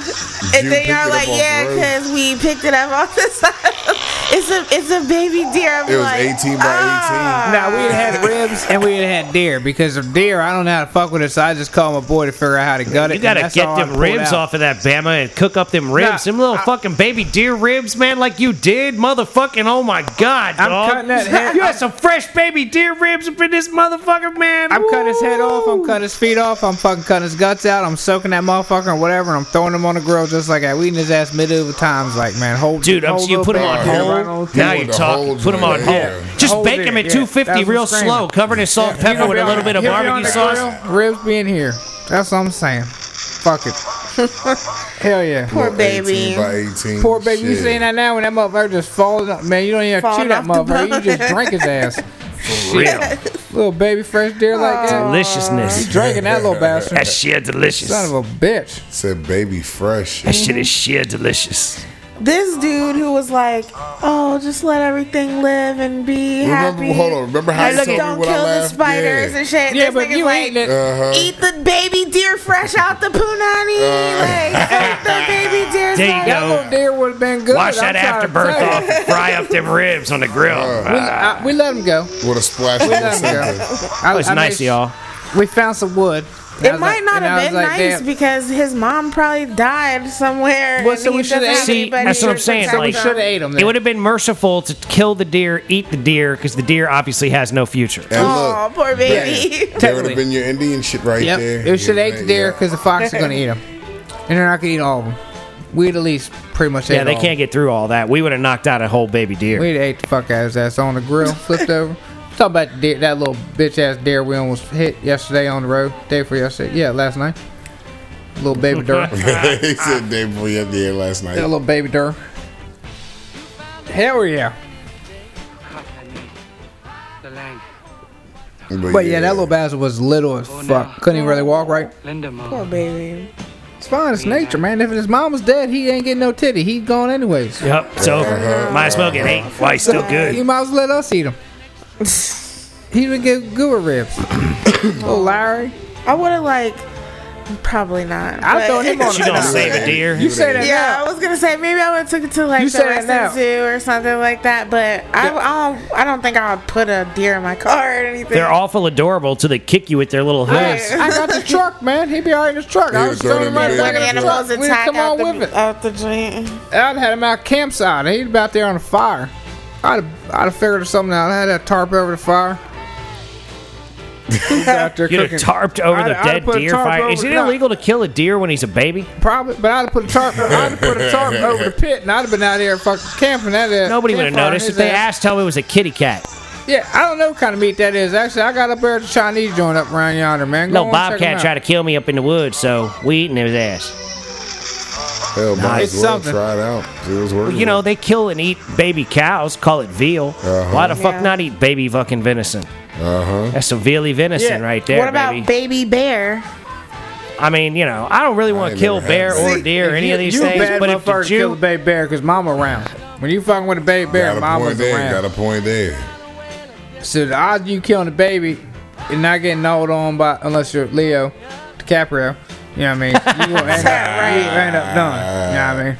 S2: and
S4: You
S2: then
S4: picked
S2: y'all
S4: it
S2: like,
S4: up off
S2: yeah,
S4: the road.
S2: because we picked it up off the side. It's a it's a baby deer. I'm
S4: It was
S2: like,
S4: 18 by 18.
S2: ah.
S3: no, we had had ribs and we had had deer because of deer. I don't know how to fuck with it, so I just called my boy to figure out how to gut
S1: You
S3: it. and
S1: gotta
S3: that's
S1: get
S3: all I
S1: them
S3: pulled
S1: ribs
S3: out.
S1: off of that Bama and cook up them ribs. them little
S3: I-
S1: fucking baby deer ribs, man, like you did, motherfucking. Oh my god,
S3: I'm
S1: dog.
S3: cutting that head-
S1: You had some fresh baby deer ribs up in this motherfucker, man.
S3: I'm cutting his head off. I'm
S1: Woo.
S3: cutting his feet off. I'm fucking cutting his guts out. I'm soaking that motherfucker or whatever, and I'm throwing him on the grill just like that. We eating his ass medieval times, like man. Hold,
S1: Dude, I'm,
S3: hold
S1: you put them on
S4: bag. Yeah.
S1: hold.
S4: Yeah.
S1: Now
S4: Yeah.
S1: you
S4: The
S1: talk.
S4: holds,
S1: Put them on
S4: man.
S1: hold.
S4: Yeah.
S1: Just
S3: Hold
S1: bake
S3: it,
S1: them at
S3: yeah.
S1: 250
S3: That's
S1: real
S3: what's
S1: slow,
S3: saying.
S1: covered in salt and pepper with a little bit of barbecue sauce.
S3: Ribs being here. That's what I'm saying. Fuck it. Hell yeah.
S2: poor
S4: 18
S2: baby.
S4: by 18.
S3: Poor baby, you
S4: Shit.
S3: seen that now when that motherfucker just falls up? Man, you don't even have to chew
S2: Falling
S3: that
S2: off the
S3: motherfucker. You
S2: boat.
S3: just drink his ass.
S1: Real
S3: Little baby fresh deer like that.
S1: deliciousness.
S3: Drinking that little bastard.
S1: That shit delicious.
S3: Son of a bitch.
S4: Said baby fresh.
S1: That shit is sheer delicious.
S2: This dude who was like, oh, just let everything live and be
S4: Remember,
S2: happy.
S4: hold on. Remember how
S2: Hey,
S4: you
S2: look,
S4: told me
S2: don't
S4: when I
S2: kill the
S4: laughed?
S2: spiders and shit.
S3: Yeah,
S2: This
S3: but
S2: nigga's
S3: you
S2: like,
S3: ain't it.
S4: Uh-huh.
S2: Eat the baby deer fresh out the punani.
S4: Uh.
S2: like, eat the baby deer.
S1: There you
S2: like,
S1: go.
S3: That little deer would have been good.
S1: Wash that
S3: I'm trying to
S1: afterbirth
S3: tell you.
S1: off and fry up them ribs on the grill.
S3: We,
S1: Ah,
S3: I, we let him go.
S4: With a splash of
S3: let him go.
S4: something.
S3: I,
S1: that was
S3: I
S1: Oh, nice,
S3: made-
S1: y'all.
S3: We found some wood. And I
S2: It
S3: was
S2: might
S3: like-
S2: not
S3: and I
S2: have
S3: was
S2: been
S3: like,
S2: nice
S3: damn.
S2: because his mom probably died somewhere.
S3: Well,
S2: and
S3: so
S2: he
S3: we should've
S2: doesn't have
S3: ate- See,
S2: anybody
S1: that's what I'm
S2: to
S1: saying,
S2: protect
S1: like-
S3: We
S2: him.
S3: should have ate him.
S1: It would have been merciful to kill the deer, eat the deer, because the deer obviously has no future.
S4: And
S2: Oh,
S4: look,
S2: poor baby.
S4: there would have been your Indian shit right
S3: Yep.
S4: there.
S3: It should
S4: Yeah,
S3: ate the
S4: yeah.
S3: deer because the fox is going to eat them. And they're not going to eat all of them. We'd at least pretty much
S1: Yeah,
S3: ate
S1: they
S3: all
S1: can't get through all that. We would have knocked out a whole baby deer.
S3: We'd ate the fuck out of his ass on the grill, flipped over. Talk about the deer, that little bitch ass deer we almost hit yesterday on the road. Day for yesterday. Yeah, last night. Little baby deer. that
S4: he said day before yesterday last night.
S3: little baby deer. Hell yeah. But yeah, that little bastard was little as
S1: Oh,
S3: fuck. Couldn't even really walk right.
S2: Poor baby.
S3: It's fine, it's nature, man. If his mom was dead, he ain't getting no titty. He'd gone anyways.
S1: Yep, it's
S3: Uh-huh.
S1: over. Might as well get eight while he's still
S3: You
S1: good.
S3: might as well let us eat him. he would get good with ribs. little Larry.
S2: I would have like, probably not.
S3: I'd
S2: but-
S3: throw him on
S1: She
S3: the
S1: gonna
S3: ground.
S1: save a deer.
S3: You say that
S2: Yeah,
S3: now.
S2: I was gonna say maybe I would have took it to like
S3: You
S2: the
S3: said it
S2: rest of the zoo or something like that. But I, I don't, I don't think I would put a deer in my car or anything.
S1: They're awful adorable till they kick you with their little hooves.
S2: Yes.
S3: I got the truck, man. He'd be all right in his truck. I
S4: He
S3: was
S4: was throwing
S3: throwing him
S4: him
S3: right
S4: in
S2: when
S3: back in the truck.
S2: animals
S3: We'd
S2: attack
S3: come
S2: out
S3: on
S2: the,
S3: with it.
S2: out the joint.
S3: I'd had him out campsite. He'd about there on the fire. I'd have, I'd have figured something out. I had that tarp over the fire. He's out there
S1: You'd
S3: cooking.
S1: have tarped over
S3: I'd-
S1: the
S3: I'd
S1: dead
S3: put a
S1: deer
S3: tarp
S1: fire.
S3: over
S1: Is
S3: the
S1: it
S3: top.
S1: illegal to kill a deer when he's a baby?
S3: Probably, but I'd have put a tarp. I'd have put a tarp over the pit, and I'd have been out there fucking camping. That ass-
S1: Nobody would have
S3: campfire in
S1: noticed.
S3: his
S1: If they
S3: ass.
S1: asked, tell me it was a kitty cat.
S3: Yeah, I don't know what kind of meat that is. Actually, I got up there at the Chinese joint up around yonder, man. Go
S1: No,
S3: on, check 'em
S1: Bobcat
S3: out.
S1: tried to kill me up in the woods, so we eating his ass.
S4: Hell, might
S3: It's
S4: as well
S3: something.
S4: try it out. See what's working.
S1: You know, they kill and eat baby cows, call it veal. Why the fuck
S2: Yeah.
S1: not eat baby fucking venison?
S4: Uh huh.
S1: That's some vealy venison
S3: Yeah.
S1: right there,
S2: what about
S1: baby.
S2: baby bear?
S1: I mean, you know, I don't really want to
S4: ain't
S1: kill
S4: never
S1: bear
S4: had
S1: or
S4: that.
S1: deer or any
S3: you,
S1: of these
S3: you a
S1: things,
S3: bad
S1: but if the
S3: motherfucker
S1: Jew,
S3: kill the baby bear because mama around. When you fucking with a baby bear,
S4: Got a
S3: mama's
S4: point there.
S3: around.
S4: Got a point there.
S3: So the odds of you killing a baby and not getting gnawed on by unless you're Leo DiCaprio, you know what I mean? You will end up, you will end up done. You know what I mean?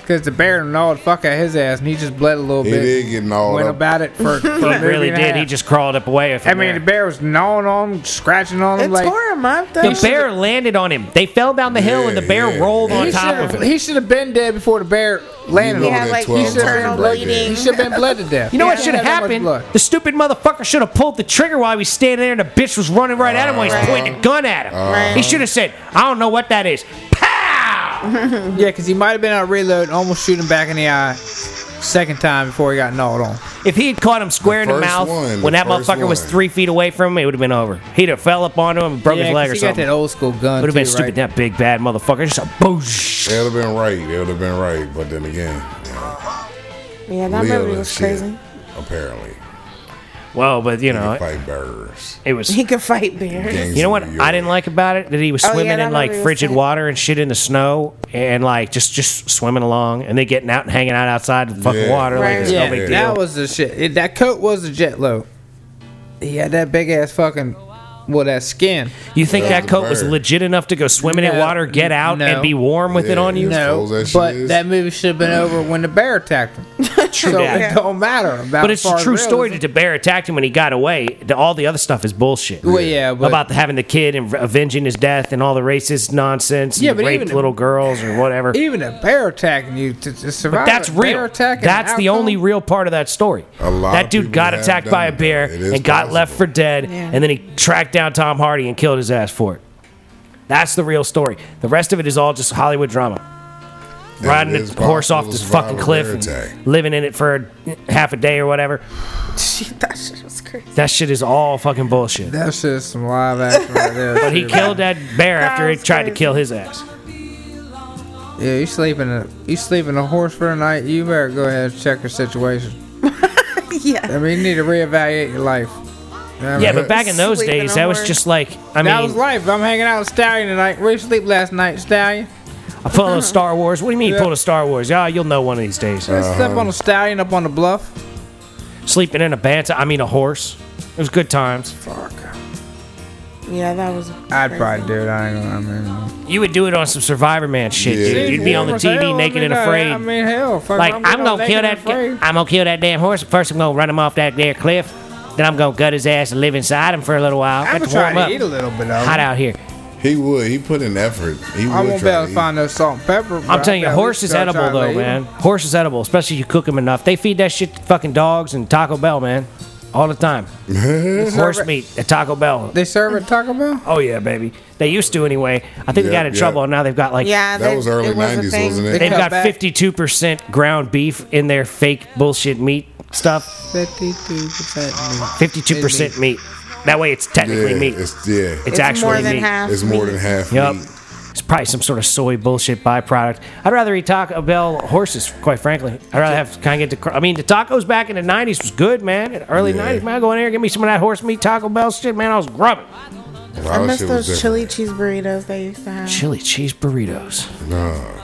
S3: Because the bear gnawed the fuck out his ass and he just bled a little
S4: He
S3: bit.
S4: did get gnawed
S3: Went
S4: up.
S3: about it for, for
S1: He
S3: a movie
S1: really
S3: and a
S1: did. He
S3: half.
S1: just crawled up away.
S3: I mean, the bear was gnawing on him, scratching on
S2: It
S3: him like.
S2: tore him up though.
S1: the bear landed on him. They fell down the hill, and the
S4: Yeah,
S1: bear
S4: yeah.
S1: rolled on
S3: He
S1: top of him.
S3: should've- He should have been dead before the bear landed
S2: He
S4: You know
S3: on him.
S2: had
S4: that
S2: like
S4: 12
S2: internal
S4: turn right there.
S2: bleeding.
S3: He should have been bled to death.
S1: You know what
S2: Yeah.
S1: should have
S3: That much
S1: happened?
S3: blood.
S1: The stupid motherfucker should have pulled the trigger while he was standing there, and the bitch was running right at him while he's
S2: Right.
S1: pointing a gun at him.
S2: Right.
S1: He should have said, "I don't know what that is." Pow!
S3: Yeah, because he might have been on reload and almost shoot him back in the eye second time before he got gnawed on.
S1: If he had caught him square in the
S4: The first
S1: mouth
S4: one,
S1: when
S4: the
S1: that
S4: first
S1: motherfucker was
S4: one.
S1: three feet away from him, it would have been over. He'd have fell up onto him and broke
S3: yeah,
S1: his
S3: 'cause
S1: leg or
S3: he got
S1: something.
S3: that
S1: Would
S3: old school gun.
S1: have been
S3: too,
S1: stupid.
S3: Right?
S1: That big bad motherfucker just a boosh.
S4: They would have been right. They would have been right. But then again,
S2: Yeah, that
S4: Leo
S2: movie
S4: and
S2: was
S4: shit,
S2: crazy.
S4: Apparently,
S1: Well, but you know,
S4: They fight bears.
S1: it was.
S2: He could fight bears.
S4: Gangs
S1: You know
S4: in
S1: what
S4: New
S1: I
S4: York.
S1: didn't like about it that he was
S2: Oh, yeah,
S1: swimming
S2: that
S1: in like
S2: movie was
S1: frigid
S2: sad.
S1: water and shit in the snow and like just just swimming along and they getting out and hanging out outside the fucking
S4: Yeah.
S1: water like
S2: Right.
S1: it's
S3: Yeah,
S1: no big
S3: that
S1: deal.
S3: was the shit. It- that coat was the jet low. He had that big ass fucking, well, that skin.
S1: you think
S4: Yeah.
S1: that coat was
S4: Bird.
S1: legit enough to go swimming in
S3: No,
S1: water, get out,
S3: no.
S1: and be warm with it
S4: Yeah.
S1: on you?
S4: As
S3: No,
S4: cold as that
S3: but
S4: shit is.
S3: that movie should have been over when the bear attacked him.
S1: True
S3: so
S1: that.
S3: it don't matter about.
S1: But it's
S3: as
S1: a
S3: far as
S1: true story
S3: realism.
S1: that the bear attacked him when he got away. The- all the other stuff is bullshit.
S3: Well, yeah, but
S1: about the, having the kid and avenging his death and all the racist nonsense and
S3: Yeah, but
S1: raped
S3: even-
S1: little girls or whatever.
S3: even a bear attacking you to, to survive.
S1: That's
S3: a
S1: real.
S3: Bear attacking
S1: That's
S3: an
S1: the only
S3: outcome?
S1: real part of that story.
S4: A lot
S1: that
S4: of
S1: dude
S4: people
S1: got
S4: have
S1: attacked
S4: done
S1: by a
S4: that.
S1: bear
S4: It is
S1: and got left for
S4: possible.
S1: dead,
S2: Yeah.
S1: and then he tracked down Tom Hardy and killed his ass for it. That's the real story. The rest of it is all just Hollywood drama.
S4: And
S1: Riding
S4: it
S1: the
S4: is
S1: horse off
S4: possible
S1: this
S4: to survive
S1: fucking
S4: a
S1: cliff
S4: bear
S1: and
S4: attack.
S1: living in it for a, half a day or whatever.
S2: Shit, that shit was crazy.
S1: That shit is all fucking bullshit.
S3: That shit is some live action right there.
S1: But he
S3: too,
S1: killed that bear after it
S2: was
S1: tried to
S2: crazy.
S1: kill his ass.
S3: Yeah, you sleeping a you sleeping a horse for the night. You better go ahead and check your situation.
S2: Yeah.
S3: I mean, you need to reevaluate your life.
S1: Yeah,
S3: I mean,
S1: but back in those
S2: Sleeping
S1: days,
S2: on
S1: that was
S2: horse.
S1: just like I
S3: that
S1: mean,
S3: was life. I'm hanging out with Stallion tonight. Where you sleep last night, Stallion?
S1: I pulled a Star Wars. What do you mean you
S3: Yeah.
S1: pulled a Star Wars? Yeah, you'll know one of these days.
S3: I slept on a Stallion up on the bluff.
S1: sleeping in a banta. I mean, a horse. It was good times.
S3: Fuck.
S2: Yeah, that was.
S3: I'd
S2: crazy.
S3: probably do it. I ain't gonna. I mean,
S1: You would do it on some Survivor Man shit,
S4: Yeah.
S1: dude. You'd be on the
S3: Warm as hell,
S1: TV
S3: I
S1: naked
S3: mean,
S1: and
S3: uh,
S1: afraid.
S3: I mean, hell, fuck.
S1: like
S3: getting
S1: I'm
S3: all
S1: gonna
S3: naked
S1: kill
S3: and
S1: that.
S3: afraid.
S1: I'm gonna kill that damn horse. First, I'm gonna run him off that damn cliff. Then I'm gonna gut his ass and live inside him for a little while. Got
S3: I'm gonna
S1: to warm
S3: try
S1: up.
S3: to eat a little bit of
S1: Hot
S3: it.
S1: out here.
S4: He would. He put in effort. He
S3: I
S4: would
S3: won't be
S4: try
S3: able to find no salt and pepper. but
S1: I'm
S3: I
S1: telling you,
S3: bet
S1: horse
S3: we
S1: is
S3: try to
S1: edible
S3: try to
S1: though,
S3: eat
S1: man.
S3: 'em.
S1: Horse is edible, especially if you cook them enough. They feed that shit to fucking dogs and Taco Bell, man, all the time. horse
S3: it-
S1: meat at Taco Bell.
S3: They serve it at Taco Bell.
S1: Oh yeah, baby. They used to anyway. I think they
S4: Yep,
S1: got in
S4: yep.
S1: trouble, and now they've got like
S2: Yeah,
S4: That was early
S2: it was a
S4: 90s,
S2: thing.
S4: wasn't it?
S1: They've
S3: Cut
S1: got
S3: back.
S1: fifty-two percent ground beef in their fake bullshit meat stuff.
S3: 52%
S1: Fifty-two percent meat. That way, it's technically
S4: Yeah,
S1: meat. It's,
S4: It's, yeah. It's,
S1: actually
S2: more than
S1: meat.
S2: half.
S4: more than half
S1: Yup.
S4: meat.
S1: It's probably some sort of soy bullshit byproduct. I'd rather eat Taco Bell horses, quite frankly. I'd rather have kind of get to. I mean, the tacos back in the '90s was good, man. In the early
S4: Yeah.
S1: '90s, man, I go in there and get me some of that horse meat Taco Bell shit, man. I was grubbing.
S4: A lot
S2: I
S4: of
S2: miss
S4: shit was
S2: those chili cheese burritos they used to have.
S1: Chili cheese burritos.
S4: different. Nah.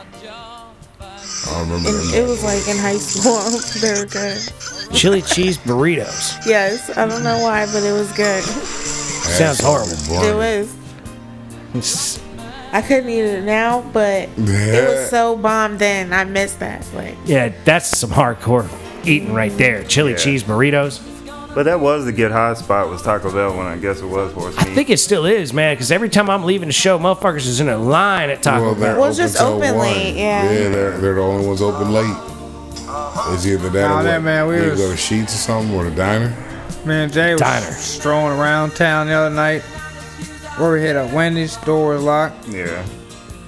S4: I don't remember.
S2: And
S4: them.
S2: it was like in high school. they were good.
S1: Chili cheese burritos.
S2: Yes, I don't know why, but it was good.
S1: sounds horrible.
S2: It was.
S1: It's-
S2: I couldn't eat it now, but it was so bomb then. I missed that. Like,
S1: Yeah, that's some hardcore eating right there. Chili cheese burritos.
S5: But that was the get high spot was Taco Bell when I guess it was horse meat.
S1: I think it still is, man, because every time I'm leaving the show, motherfuckers is in a line at Taco
S4: Well,
S1: Bell.
S4: they're
S2: Well,
S4: open
S2: just
S4: till
S2: open
S4: one.
S2: late, yeah.
S4: Yeah, they're, they're the only ones open late. It's either that
S3: Nah,
S4: or
S3: that
S4: what?
S3: man, we
S4: They
S3: was-
S4: go to Sheets or something or the diner.
S3: Man, Jay was
S1: Diner.
S3: strolling around town the other night. Where we hit a Wendy's door was locked.
S5: yeah.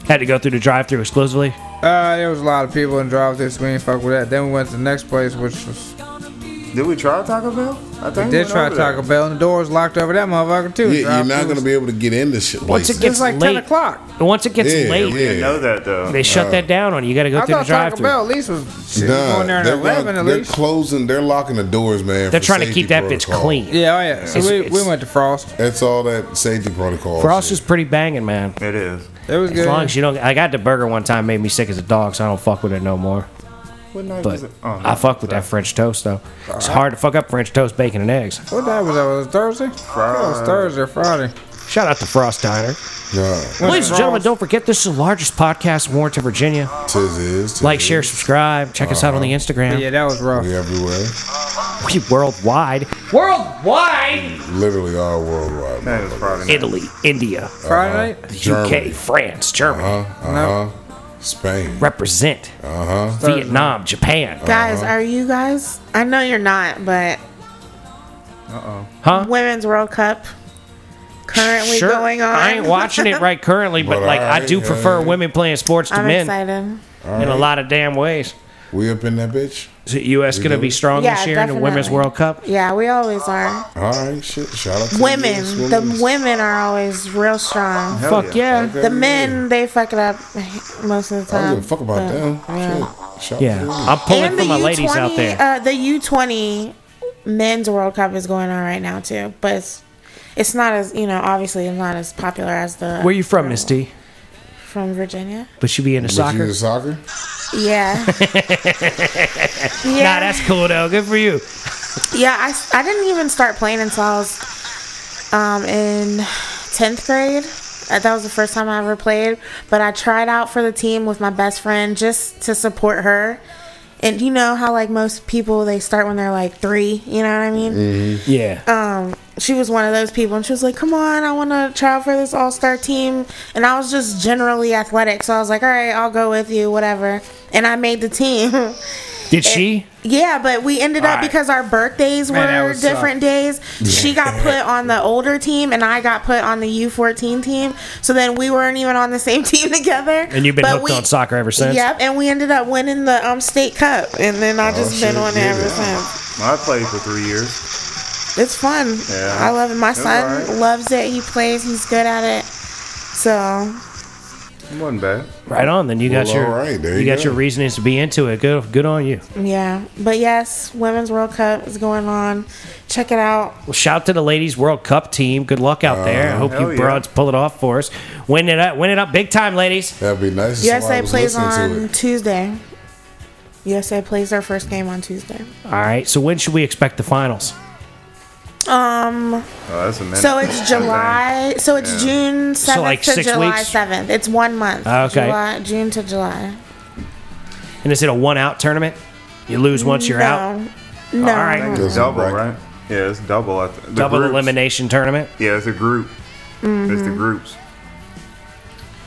S1: Had to go through the drive-through exclusively.
S3: Uh, there was a lot of people in drive through, so we didn't fuck with that. Then we went to the next place, which was
S5: Did we try Taco Bell? I think
S3: we did
S5: went
S3: try
S5: over there.
S3: Taco Bell, and the door was locked over that motherfucker too.
S4: Yeah, you're not
S3: Drive-thru
S4: gonna be able to get into shit.
S1: Once it
S4: places.
S1: gets
S3: was like
S1: late,
S3: ten o'clock.
S1: And once it gets
S4: Yeah,
S1: late,
S5: We didn't know that though.
S1: they shut that down on you. You got to go
S3: I
S1: through the
S3: thought Taco
S1: drive-through.
S3: Bell at least was shit, was
S4: Nah,
S3: going there at
S4: they're, lock-
S3: eleven at
S4: they're
S3: least.
S4: closing. They're locking the doors, man.
S1: They're
S4: for
S1: trying to
S4: safety
S1: keep that bitch
S4: protocol.
S1: clean.
S3: yeah, oh yeah. So
S1: It's-
S3: we,
S1: it's-
S3: we went to Frost.
S4: That's all that safety protocol.
S1: Frost
S4: shit.
S1: is pretty banging, man.
S5: It is.
S3: It was
S1: As long
S3: good.
S1: as you don't, I got the burger one time, made me sick as a dog, so I don't fuck with it no more.
S5: What knife
S1: But
S5: is it? Oh, no.
S1: I fuck with that French toast though. It's hard to fuck up French toast, bacon, and eggs.
S3: What day was that? Was it Thursday? Friday. was Thursday or Friday.
S1: Shout out to Frost Diner.
S4: Nah,
S1: Ladies and gentlemen, don't forget this is the largest podcast in Warrenton, Virginia.
S4: tis is. tis
S1: Like,
S4: is.
S1: share, subscribe. Check us out on the
S5: Uh-huh.
S1: Instagram.
S3: Yeah, that was rough.
S4: We everywhere.
S1: We worldwide. Worldwide.
S4: Literally all worldwide.
S5: That is Friday night.
S1: Italy, India,
S3: Friday night?
S1: UK,
S4: Germany.
S1: France, Germany.
S5: Uh-huh.
S4: Uh huh. Uh huh. Spain.
S1: Represent.
S4: Uh
S5: Uh-huh.
S4: huh.
S1: Vietnam, Japan.
S2: Guys, are you guys? I know you're not, but
S1: Huh?
S2: Women's World Cup currently
S1: Sure.
S2: going on.
S1: I ain't watching it right currently, but
S4: But
S1: like I
S4: I-
S1: do prefer
S4: uh,
S1: women playing sports to
S2: I'm
S1: men
S2: excited.
S1: in a lot of damn ways.
S4: We up in that bitch.
S1: Is the U.S. going to
S4: do?
S1: be strong
S2: Yeah,
S1: this year in the Women's
S2: definitely.
S1: World Cup?
S2: Yeah, we always are.
S4: All right. Shit. Shout out to
S2: Women,
S4: these
S2: the women are always real strong.
S5: Hell
S1: Fuck yeah.
S4: Okay,
S2: The men, they fuck it up most of the
S4: I
S2: time.
S4: don't give a fuck about
S2: but,
S4: them.
S2: Uh, yeah.
S4: Shit. Shout
S1: Yeah, I'm
S4: out to
S1: pulling
S2: and
S1: for
S2: the
S1: my
S2: U20,
S1: ladies out there.
S2: Uh, the U20 men's World Cup is going on right now too, but it's, it's not as you know obviously it's not as popular as the.
S1: Where you from, Miss T?
S2: From Virginia.
S1: But you be into
S4: But you
S1: soccer?
S4: into soccer?
S2: Yeah. yeah. Uh,
S1: Nah, that's cool though. Good for you.
S2: yeah. I, s- I didn't even start playing until I was um, in tenth grade. Uh, That was the first time I ever played, but I tried out for the team with my best friend just to support her. And you know how like most people they start when they're like three. You know what I mean?
S1: Yeah.
S2: um, she was one of those people, and she was like, "Come on, I want to try out for this all star team." And I was just generally athletic, so I was like, "All right, I'll go with you, whatever." And I made the team.
S1: Did she?
S2: yeah, but we ended
S1: All
S2: up
S1: right.
S2: because our birthdays
S3: Man, that
S2: were
S3: would suck.
S2: different days. She got put on the older team, and I got put on the U fourteen team. So then we weren't even on the same team together.
S1: And you've been
S2: But
S1: hooked
S2: we-
S1: on soccer ever since? Oh,
S2: Yep, and we ended up winning the um state cup, and then I just
S4: shit,
S2: been on it
S4: yeah.
S2: ever since.
S5: Well, I played for three years.
S2: It's fun.
S5: Yeah.
S2: I love it. My
S5: It's
S2: son
S5: alright.
S2: loves it. He plays. He's good at it. So
S5: It wasn't bad.
S1: Right on. Then you got
S4: Well,
S1: your
S4: all right, there
S1: you,
S4: you
S1: got
S4: go.
S1: your reasonings to be into it. Good good on you.
S2: yeah, but yes, Women's World Cup is going on. Check it out.
S1: Well, shout to the ladies World Cup team. Good luck out
S4: Uh,
S1: there. I hope
S5: hell
S1: you
S5: yeah.
S1: broads pull it off for us. Win it up, win it up big time, ladies.
S4: That'd be nice. if
S2: USA
S4: somebody was
S2: plays
S4: listening to
S2: on
S4: it.
S2: Tuesday. USA plays their first game on Tuesday.
S1: All right. So when should we expect the finals?
S2: Um,
S5: Oh, that's a minute.
S2: so it's July. So it's June seventh
S1: like
S2: to
S1: six
S2: July
S1: weeks? Ah,
S2: seventh. It's one month.
S1: Okay.
S2: July, June to July.
S1: And is it a one out tournament? You lose once you're
S2: no.
S1: out.
S2: No.
S1: Alright.
S5: I think it's
S4: Doesn't
S5: double,
S4: break.
S5: right? Yeah, it's double. I th- the
S1: Double
S5: groups.
S1: elimination tournament.
S5: Yeah, it's a group. It's the groups.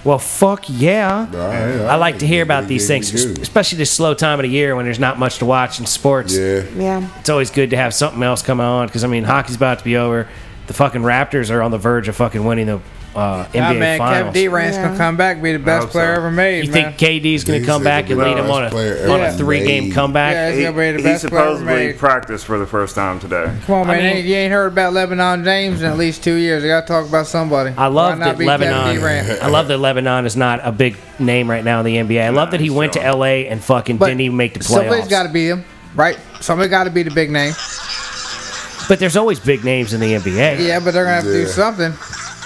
S1: Well, fuck yeah.
S4: All right, all
S1: I like
S4: right,
S1: to hear
S4: yeah,
S1: about
S4: yeah,
S1: these
S4: yeah,
S1: things,
S4: you do.
S1: especially this slow time of the year when there's not much to watch in sports.
S4: Yeah.
S2: Yeah.
S1: It's always good to have something else come on because I mean, hockey's about to be over. The fucking Raptors are on the verge of fucking winning the uh, NBA
S3: Nah, man,
S1: finals.
S3: Kevin Durant's gonna
S2: Yeah.
S3: come back, be the best
S5: hope
S3: player
S5: so.
S3: ever made,
S1: you
S3: man.
S1: think KD's going to
S4: He's
S1: come
S4: the
S1: back and lead him on
S4: best player
S1: a on a
S4: ever
S1: three game
S4: made.
S1: comeback?
S3: yeah, he's
S5: He,
S3: gonna be the
S5: he
S3: best player ever
S5: supposedly
S3: made.
S5: practiced for the first time today.
S3: Come on,
S1: I
S3: man!
S1: mean-
S3: ain't- you ain't heard about Lebanon James in at least two years. You gotta talk about somebody.
S1: I
S3: Why
S1: love
S3: not
S1: that
S3: be Kevin
S1: Lebanon.
S3: Durant?
S1: I love that Lebanon is not a big name right now in the NBA. I love that he
S5: he's
S1: went to
S5: still-
S1: LA and fucking
S3: But
S1: didn't even make the
S3: Somebody's
S1: playoffs.
S3: got to beat him, right? Somebody got to be the big name.
S1: but there's always big names in the NBA.
S3: Yeah, but they're gonna have to do
S4: Yeah.
S3: something.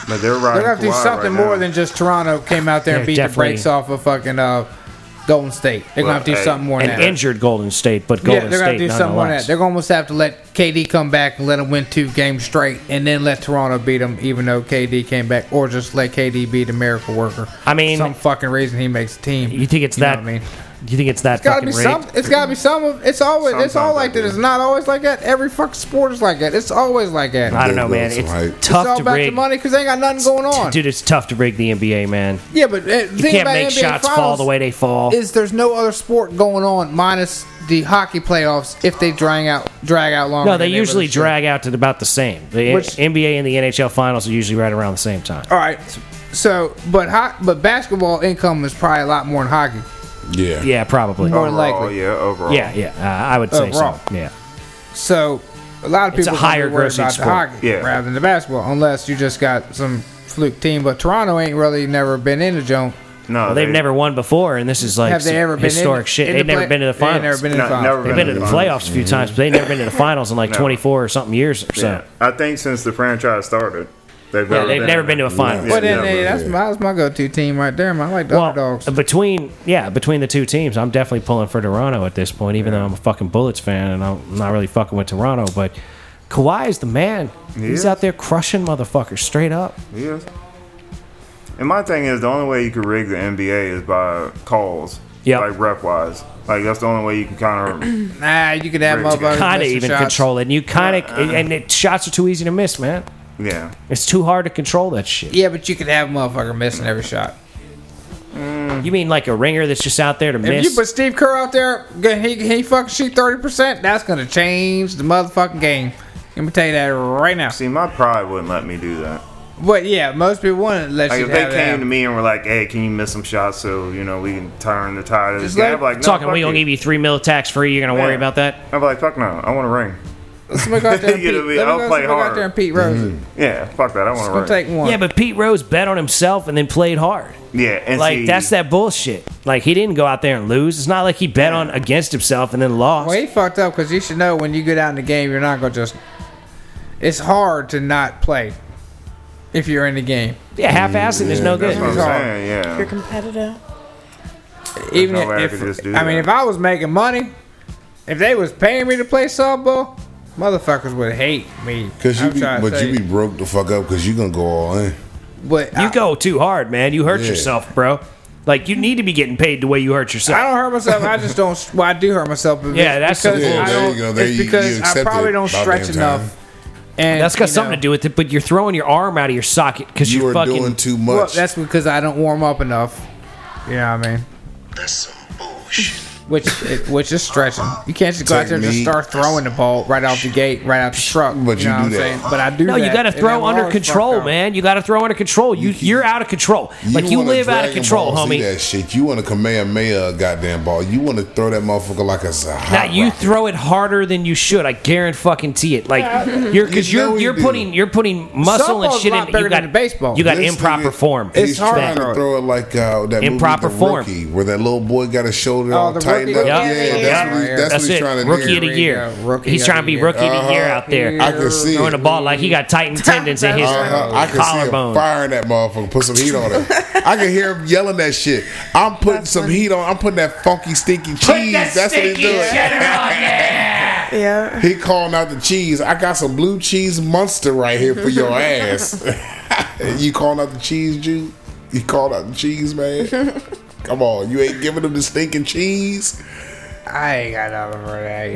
S5: But they're riding
S3: They're gonna have to do
S5: Kawhi
S3: something
S5: right
S3: more
S5: now.
S3: than just Toronto came out there and
S1: Yeah,
S3: beat
S1: definitely.
S3: the brakes off of fucking uh, Golden State. They're
S5: Well,
S3: gonna have to do
S5: hey,
S3: something more than
S1: An
S3: that.
S1: injured Golden State, but Golden
S3: yeah, they're gonna
S1: State
S3: have to do something more than
S1: nonetheless.
S3: that. They're gonna almost have to let KD come back and let him win two games straight, and then let Toronto beat them, even though KD came back, or just let KD be the miracle worker.
S1: I mean-
S3: some fucking reason he makes the team.
S1: you think it's
S3: know
S1: that?
S3: what I mean,
S1: You think it's that
S3: gotta
S1: fucking
S3: be
S1: rigged?
S3: some. It's gotta be some. of- It's always. it's all
S5: Sometimes
S3: like
S5: I
S3: that.
S5: do.
S3: It's not always like that. Every fucking sport is like that. It's always like that.
S1: I don't
S4: They
S1: know,
S4: go
S1: man.
S4: with
S1: It's
S4: some hype.
S1: tough
S3: it's all
S1: to
S3: about
S1: rig.
S3: the money because they ain't got nothing going on.
S1: Dude, it's tough to rig the NBA, man.
S3: Yeah, but uh, the
S1: You
S3: thing
S1: can't
S3: about
S1: make
S3: NBA
S1: shots fall
S3: finals
S1: the way they fall.
S3: Is there's no other sport going on minus the hockey playoffs if they drag out drag out longer?
S1: No, they
S3: than
S1: usually
S3: really should.
S1: drag out to about the same. The
S3: Which-
S1: NBA and the NHL finals are usually right around the same time.
S3: All right. So, but hot, but basketball income is probably a lot more than hockey.
S4: Yeah.
S1: Yeah, probably.
S3: More
S5: overall,
S3: likely.
S5: yeah, overall.
S1: Yeah, yeah. Uh, I would say
S3: Overall.
S1: so. Yeah.
S3: So, a lot of
S1: It's
S3: people
S1: a
S3: gonna be
S1: higher
S3: worried
S1: grossing
S3: about
S1: sport.
S3: the hockey
S5: Yeah.
S3: rather than the basketball, unless you just got some fluke team. But Toronto ain't really never been in the joint.
S5: No,
S1: Well, they've never won before, and this is like
S3: Have they ever been in-
S1: historic shit.
S3: in
S1: they've
S3: the
S1: never
S3: play-
S1: been to the
S3: they ain't
S1: finals.
S3: never been in the
S5: No,
S3: finals.
S5: never
S1: They've been to the playoffs a few times, but they've never been to the finals in like
S5: No.
S1: 24 or something years or so.
S5: Yeah. I think since the franchise started, They've
S1: Yeah, they've never been to a finals.
S3: But then
S5: yeah,
S3: hey,
S5: but-
S3: that's my that's my go-to team right there. Man. I like the
S1: Well, uh, um,
S3: underdogs.
S1: between yeah, between the two teams, I'm definitely pulling for Toronto at this point. Even though I'm a fucking Bullets fan and I'm not really fucking with Toronto, but Kawhi is the man. He's
S5: is.
S1: out there crushing motherfuckers straight up.
S5: Yes. And my thing is, the only way you can rig the NBA is by calls.
S1: Yep.
S5: Like rep wise. Like, that's the only way you can kind of.
S3: Nah, you could have
S5: Rich guy.
S3: motherfuckers
S1: Kind of
S3: missing
S1: even
S3: shots.
S1: control it. And you kind of and it, shots are too easy to miss, man.
S5: yeah.
S1: It's too hard to control that shit.
S3: Yeah, but you could have a motherfucker missing every shot.
S1: You mean like a ringer that's just out there to
S3: If
S1: miss?
S3: you put Steve Kerr out there, g- he, he fucking shoot thirty percent. That's gonna change the motherfucking game. Let me tell you that right now.
S5: See, my pride wouldn't let me do that.
S3: But yeah, most people wouldn't let
S5: Like,
S3: you
S5: if they
S3: have
S5: came to
S3: that.
S5: me and were like, hey, can you miss some shots so, you know, we can turn the tide of this
S3: Just
S5: game?
S3: let-
S5: I'd be like, no,
S1: Talking,
S5: fuck
S1: we gonna
S5: you.
S1: give you three mil tax free. You're gonna worry
S5: Yeah.
S1: about that?
S5: I'd be like, fuck no, I want a ring.
S3: Somebody go out there and
S5: You know
S3: Pete-
S5: what I mean?
S3: let me
S5: I'll
S3: go
S5: play
S3: somebody go out
S5: hard. Mm-hmm.
S3: there and Pete Rose.
S5: Yeah, fuck that, I
S3: It's
S5: want
S3: gonna
S5: a ring.
S3: take one.
S1: Yeah, but Pete Rose bet on himself and then played hard.
S5: yeah, and
S1: Like
S5: see,
S1: that's that bullshit. Like he didn't go out there and lose. It's not like he bet on against himself and then lost.
S3: Well, he fucked up because you should know when you get out in the game, you're not gonna just. It's hard to not play if you're in the game,
S1: Yeah, half-assing is no
S4: Yeah,
S1: good.
S5: That's what I'm
S3: It's hard.
S5: saying, yeah.
S2: You're competitive.
S3: even
S5: no way I
S3: if
S5: could just do
S3: I mean,
S5: that.
S3: if I was making money, if they was paying me to play softball, motherfuckers would hate me.
S4: Cause you
S3: I'm
S4: be,
S3: trying to
S4: but
S3: tell
S4: you be broke the fuck up because you gonna go all in.
S3: but I,
S1: You go too hard, man. You hurt
S4: Yeah.
S1: yourself, bro. Like you need to be getting paid the way you hurt
S3: I
S1: yourself.
S3: don't hurt myself. I just don't. Well, I do hurt myself. But
S1: Yeah, that's
S3: it's
S1: the
S3: because
S1: bull.
S3: I
S4: Yeah, there
S3: don't.
S4: you go. There
S3: it's
S4: you- you
S3: because I
S4: accept
S3: probably
S4: it
S3: don't
S4: about
S3: stretch
S4: damn time.
S3: enough. And
S1: That's got
S3: you
S1: something
S3: know,
S1: to do with it, but you're throwing your arm out of your socket because
S4: You
S1: you're
S4: are
S1: fucking.
S4: doing too
S3: Well,
S4: much.
S3: that's because I don't warm up enough. You know what I mean?
S6: That's some bullshit.
S3: Which it, which is stretching. You can't just go out there and just
S4: Technique.
S3: start throwing the ball right off the gate, right out the truck.
S4: But you do
S3: know what I'm
S4: that.
S3: saying? But I do.
S1: no, you
S3: that,
S1: got to
S3: and
S1: throw
S3: I'm
S1: under
S3: always fucked
S1: control,
S3: up.
S1: man. You got to throw under control. You, you are out of control. like you
S4: wanna
S1: live out of
S4: Dragon
S1: control,
S4: Ball Z
S1: homie.
S4: That shit. You want to Kamehameha a goddamn ball. You want to throw that motherfucker like it's a
S1: Now
S4: hot
S1: you
S4: rocket.
S1: throw it harder than you should. I guarantee fucking tee it. Like you're because
S4: You
S1: you
S4: know
S1: are
S4: you
S1: you're
S4: do.
S1: putting you're putting muscle and
S3: Softball's
S1: shit
S3: a lot
S1: in.
S3: better
S1: You
S3: than
S1: got
S3: baseball.
S1: You got
S4: This
S1: improper
S4: nigga-
S1: form.
S4: He's
S3: It's hard
S4: trying
S3: to
S4: to throw it like uh, that
S1: Improper
S4: improper movie, the
S1: form.
S4: Rookie, where that little boy got his shoulder
S3: Oh,
S4: all
S3: the
S4: tightened up.
S3: rookie-
S1: Yep.
S4: Yeah,
S1: Yeah,
S4: that's, What he,
S3: yeah.
S4: that's,
S1: That's
S4: what he's
S1: it.
S4: trying to
S1: Rookie
S4: do.
S1: of the
S3: There you
S1: year.
S3: go. Rookie
S1: He's
S3: of
S1: trying to
S3: the
S1: be
S3: year.
S1: rookie of the year out there.
S4: I can see
S1: throwing the
S4: it.
S1: ball like he got tightened tendons in his
S4: Uh-huh. I can see him
S1: collarbone.
S4: firing that motherfucker. Put some heat on it. I can hear him yelling that shit. I'm putting some heat on. I'm putting that funky stinky cheese. That's what he's doing.
S2: Yeah.
S4: He calling out the cheese. I got some blue cheese monster right here for your ass. you calling out the cheese, Jew? You called out the cheese, man. Come on, you ain't giving him the stinking cheese.
S3: I ain't got nothing for that.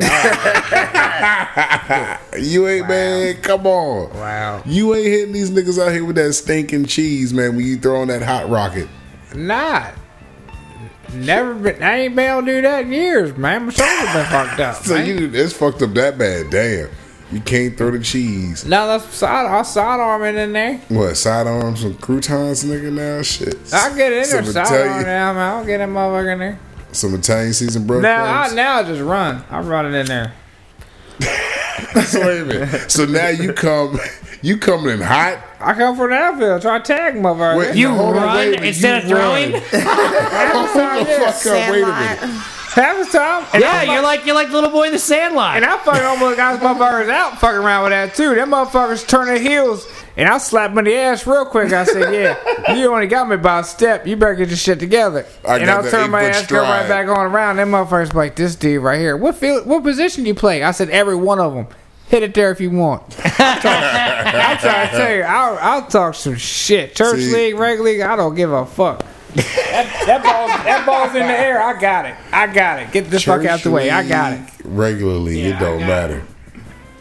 S4: You ain't, man. Come on.
S3: Wow.
S4: You ain't hitting these niggas out here with that stinking cheese, man. When you throwing that hot rocket.
S3: Not. Never been. I ain't been able to do that in years, man. My shoulder been fucked up.
S4: So
S3: man.
S4: you it's fucked up that bad. Damn, you can't throw the cheese.
S3: No, that's side. I sidearming in there.
S4: What sidearms and croutons, nigga? Now shit.
S3: I get in there
S4: Some
S3: sidearm
S4: Italian,
S3: now. Man. I don't get that motherfucker in there.
S4: some Italian season bread.
S3: Now I
S4: crumbs.
S3: now I just run. I'm running in there.
S4: So wait a minute. So now you come, you coming in hot.
S3: I come from the outfield. Try to tag motherfucker.
S4: Wait,
S1: You
S4: hold on, wait
S1: run
S4: a minute.
S1: instead of
S4: You
S1: throwing.
S4: run. Hold the fuck up. Wait a
S2: Sandlot.
S4: minute.
S3: Half the time. And
S1: Yeah,
S3: I'm
S1: you're like you're like the little boy in the
S3: And
S1: sandlot.
S3: I fucking almost got those motherfuckers out fucking around with that too. Them motherfuckers turn their heels and I slap them in the ass real quick. I said, Yeah, you only got me by a step. You better get your shit together.
S4: I
S3: and
S4: got
S3: I'll
S4: that
S3: turn my
S4: eight-foot
S3: ass, turn right
S4: stride.
S3: back on around. Them motherfuckers like, This dude right here, what field, what position you play? I said, Every one of them. Hit it there if you want. I'm trying to tell you, I'll, I'll talk some shit. Church
S4: See-
S3: league, regular league, I don't give a fuck. that, that, ball, that ball's in the air. I got it. I got it. Get the fuck out the way. I got it.
S4: Regularly, it don't matter.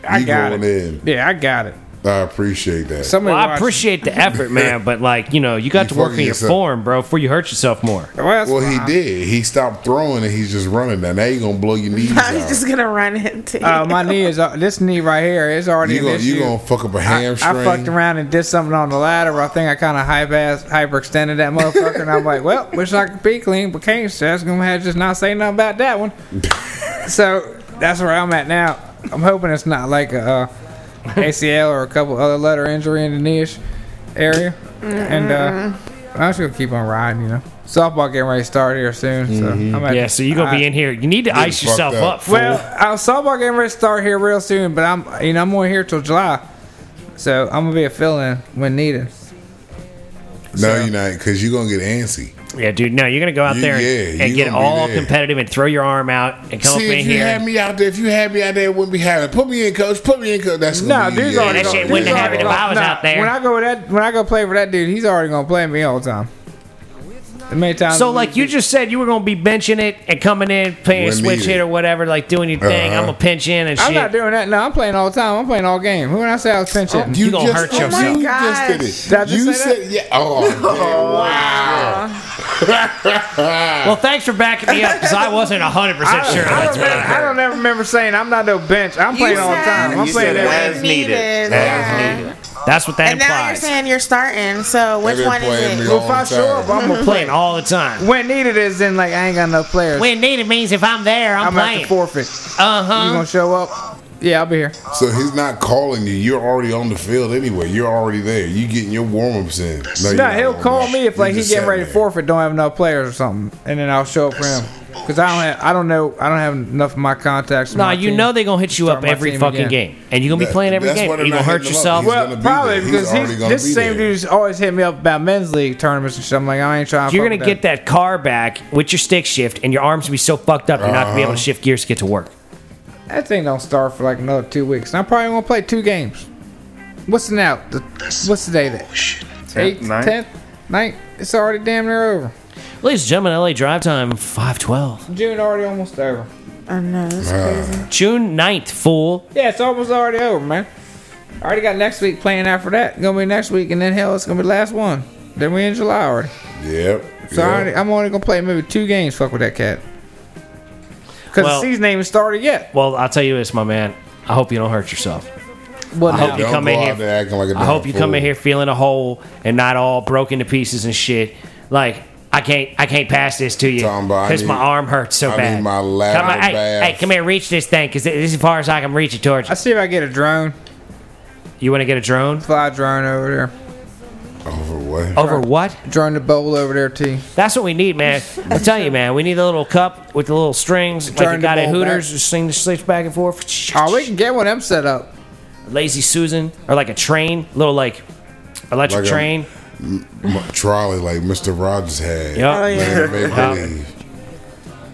S3: I
S4: you
S3: got
S4: going
S3: it.
S4: in.
S3: Yeah, I got it.
S4: I appreciate that.
S1: Well,
S3: Somebody
S1: I
S3: watch-
S1: appreciate the effort, man, but like you know, you got
S4: You
S1: to work on
S4: fucking
S1: your
S4: yourself.
S1: form, bro, before you hurt yourself more.
S3: Well, that's
S4: well, he
S3: fine.
S4: did. He stopped throwing and he's just running. Now, now you gonna blow your knees
S2: I'm
S4: out.
S2: just gonna run into you.
S3: Uh, my knee is uh, this knee right here is already
S4: you
S3: an
S4: gonna
S3: issue.
S4: you gonna fuck up a
S3: I, I
S4: hamstring.
S3: fucked around and did something on the ladder. where I think I kind of hype ass hyperextended that motherfucker, and I'm like, well, wish I could be clean, but can't. So that's gonna have to just not say nothing about that one. so that's where I'm at now. I'm hoping it's not like a uh, ACL or a couple other letter injury in the knee area, and uh, I'm just gonna keep on riding. You know, softball getting ready to start here soon,
S4: Mm-hmm.
S3: so I'm at
S1: Yeah, so you're gonna
S3: I-
S1: be in here. You need to ice
S4: fucked
S1: yourself
S4: up.
S1: up. fool.
S3: Well, I was talking about getting ready to start here real soon, but I'm you know I'm only here till July, So I'm gonna be a fill-in when needed.
S4: No, you're not, because you're gonna get antsy.
S1: Yeah, dude. No, you're gonna go out
S4: You-
S1: there and,
S4: yeah,
S1: and
S4: you
S1: get
S4: gonna be
S1: all
S4: there.
S1: competitive and throw your arm out and come
S4: See,
S1: up in
S4: if you
S1: here.
S4: had me out there, if you had me out there, it wouldn't be happening. Put me in, coach. Put me in, coach. That's
S3: No,
S4: gonna be
S3: dude's
S4: yeah,
S3: already.
S4: it's
S1: That shit
S4: gonna
S1: wouldn't
S4: be-
S1: have happened if I was out there.
S3: When I go with that, when I go play for that dude, he's already gonna play me all the time. The many times.
S1: so, like you just said, you were gonna be benching it and coming in playing
S4: When
S1: switch
S4: needed.
S1: hit or whatever, like doing your thing.
S4: Uh-huh.
S1: I'm gonna pinch in and shit.
S3: I'm not doing that. No, I'm playing all the time. I'm playing all game. When I say I was pinching,
S1: You gonna hurt
S4: oh my
S1: yourself.
S4: gosh.
S2: Did I
S3: just
S4: you
S3: say that?
S4: said, yeah. Oh, man, wow.
S1: well, thanks for backing me up because I wasn't 100 percent
S3: I,
S1: sure.
S3: I,
S1: That's
S3: don't
S1: what
S3: remember,
S1: I
S3: I
S1: heard.
S3: don't ever remember saying I'm not no bench. I'm playing all the
S2: said-
S3: time. I'm
S5: You
S3: playing
S5: said
S3: every
S5: as
S2: When
S5: needed.
S2: needed, yeah.
S5: As needed.
S1: That's what that
S2: And now you're
S1: implies.
S2: saying you're starting. So which
S4: They've been
S2: one is
S4: playing me
S2: it?
S4: all
S3: Well, if I
S4: the
S3: show
S4: time.
S3: up, I'm gonna play.
S1: playing all the time.
S3: When needed is in like I ain't got enough players.
S1: When needed means if I'm there, I'm,
S3: I'm at the
S1: playing.
S3: forfeit.
S1: Uh
S3: You
S1: huh.
S3: gonna show up? Yeah, I'll be here.
S4: So he's not calling you. You're already on the field anyway. You're already there. You getting your warm ups in. you're
S3: No,
S4: not
S3: he'll
S4: warming
S3: call
S4: up.
S3: me if
S4: You
S3: like he
S4: just
S3: getting
S4: sat
S3: ready to
S4: there.
S3: forfeit, don't have enough players or something, and then I'll show up for him because I don't have, I don't know I don't have enough of my contacts. in
S1: Nah,
S3: my
S1: you
S3: team.
S1: know they gonna hit you
S3: Start
S1: up
S3: my
S1: every
S3: team
S1: fucking
S3: again.
S1: game, and you are gonna be
S4: That-
S1: playing every
S4: that's
S1: game.
S4: why they're
S1: You gonna
S4: not
S1: hurt
S4: hitting him up.
S1: yourself.
S4: He's
S1: Well,
S4: gonna
S3: Well,
S4: be
S3: probably
S4: there. He's
S3: because
S4: already
S3: he's,
S4: gonna
S3: this
S4: be
S3: same
S4: there.
S3: dude's always hit me up about men's league tournaments and shit. I'm like, I ain't trying. to
S1: You're
S3: fuck
S1: gonna
S3: with
S1: get that car back with your stick shift, and your arms will be so fucked up, you're not gonna be able to
S4: Uh-huh.
S1: shift gears to get to work.
S3: that. That thing don't start for like another two weeks, and I probably won't play two games. What's the now? The, what's the day? That eighth,
S5: ninth?
S3: tenth, ninth. It's already damn near over.
S1: Ladies and gentlemen, LA drive time 512.
S3: June already almost over.
S2: I know. It's crazy.
S1: June 9th, fool.
S3: Yeah, it's almost already over, man. Already got next week playing after that. Gonna be next week, and then hell, it's gonna be the last one. Then we in July already.
S4: Yep.
S3: So I
S4: yep.
S3: already, I'm only gonna play maybe two games. Fuck with that cat. Cause
S1: Well-
S3: the season ain't even started yet.
S1: Well, I'll tell you this, my man. I hope you don't hurt yourself.
S3: Well,
S1: I
S3: now-
S1: hope you
S4: Don't
S1: come
S4: go
S1: in
S4: out
S1: here.
S4: there acting like a
S1: I hope you
S4: damn
S1: come in
S4: fool.
S1: here feeling a hole and not all broken to pieces and shit. Like I can't, I can't pass this to you
S4: Talking about I
S1: because my
S4: need-
S1: arm hurts so
S4: I
S1: bad.
S4: need my
S1: come on,
S4: lateral
S1: hey,
S4: bath.
S1: hey, come here, reach this thing because this is as far as I can reach it towards
S3: I
S1: you.
S3: see if I get a drone,
S1: You want to get a drone
S3: fly a drone over there,
S4: Over Oh, what?
S1: over what?
S3: drone the bowl over there too.
S1: That's what we need, man. I'm telling you, man. We need a little cup with the little strings, like
S3: Turn
S1: you
S3: the
S1: got at
S3: ball
S1: Hooters.
S3: back.
S1: Just sling the slips back and forth.
S3: Oh, we can get one of them set up.
S1: Lazy Susan, or like a train, little like electric
S4: Like a-
S1: train.
S4: My trolley like Mr. Rogers
S1: Oh.
S4: had.
S1: Yup.
S2: Oh, yeah.
S4: Land of make
S1: Yeah.
S4: believe.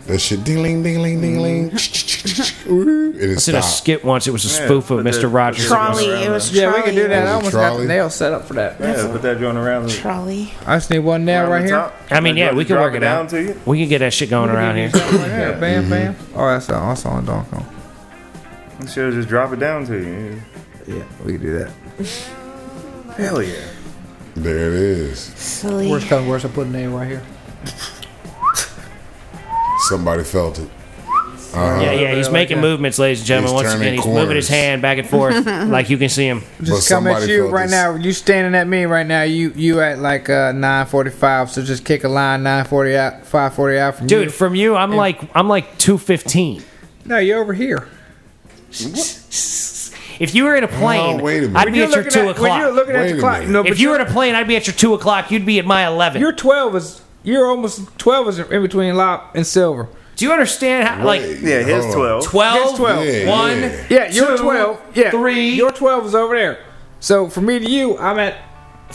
S4: That shit ding ling ding ling ding ling. Ooh, And it
S1: It's in Mm-hmm. a
S4: stopped.
S1: skit once. It was a
S5: Yeah,
S1: spoof of
S5: but
S1: Mr.
S5: the-
S1: Rogers.
S2: Trolley. It was
S3: Yeah,
S2: trolley.
S3: we can do that. I
S4: There's a
S3: almost got
S4: trolley.
S3: the nail set up for that.
S5: Yeah, put that joint around the
S2: Trolley.
S3: I just need one nail
S5: around
S3: right
S5: the
S3: here.
S5: top.
S1: I mean,
S5: That
S1: yeah,
S5: joint
S1: we
S5: to
S1: can
S5: drop
S1: work it
S5: down
S1: out.
S5: to you.
S1: We can get that shit going around here.
S3: Right there, bam, bam. Oh, that's all. That's all. Don't go.
S5: You should just drop it down to you.
S3: Yeah, we can do that.
S5: Hell yeah.
S4: There it is.
S2: Silly.
S3: Worst comes worst, I put a nail right here.
S4: Somebody felt it.
S1: Yeah, yeah, he's
S3: like
S1: making
S3: that.
S1: movements, ladies and gentlemen.
S4: He's
S1: Once
S4: turning
S1: again, he's moving his
S4: corners.
S1: hand back and forth, like you can see him.
S3: Just
S4: But
S3: come at
S4: somebody
S3: you
S4: felt
S3: right
S4: this-
S3: now. You standing at me right now. You you at like uh 9:45. So just kick a line 9:40 out, 5:40 out from
S1: Dude,
S3: you.
S1: from you, I'm like, I'm like 215.
S3: No, you're over here.
S1: If you were in a plane,
S4: Oh, wait a minute.
S1: I'd
S4: When
S1: be
S3: You're
S1: at your
S3: looking
S1: two
S3: at- when you're
S1: o'clock.
S3: looking at
S4: Wait
S3: the
S4: a
S3: clock.
S4: minute.
S3: No, but
S1: If you were
S3: you're,
S1: in a plane, I'd be at your two o'clock. You'd be at my
S3: your
S1: eleven.
S3: 12 is you're almost 12 is in between lop and silver.
S1: Do you understand? How, like
S4: Wait,
S5: Yeah, his
S4: hold on.
S1: 12,
S3: Here's
S5: 12.
S3: 12.
S4: Yeah,
S1: one.
S4: yeah.
S3: Yeah, you're
S1: two,
S3: 12. Yeah,
S1: three.
S3: Your 12 is over there. So from me to you, I'm at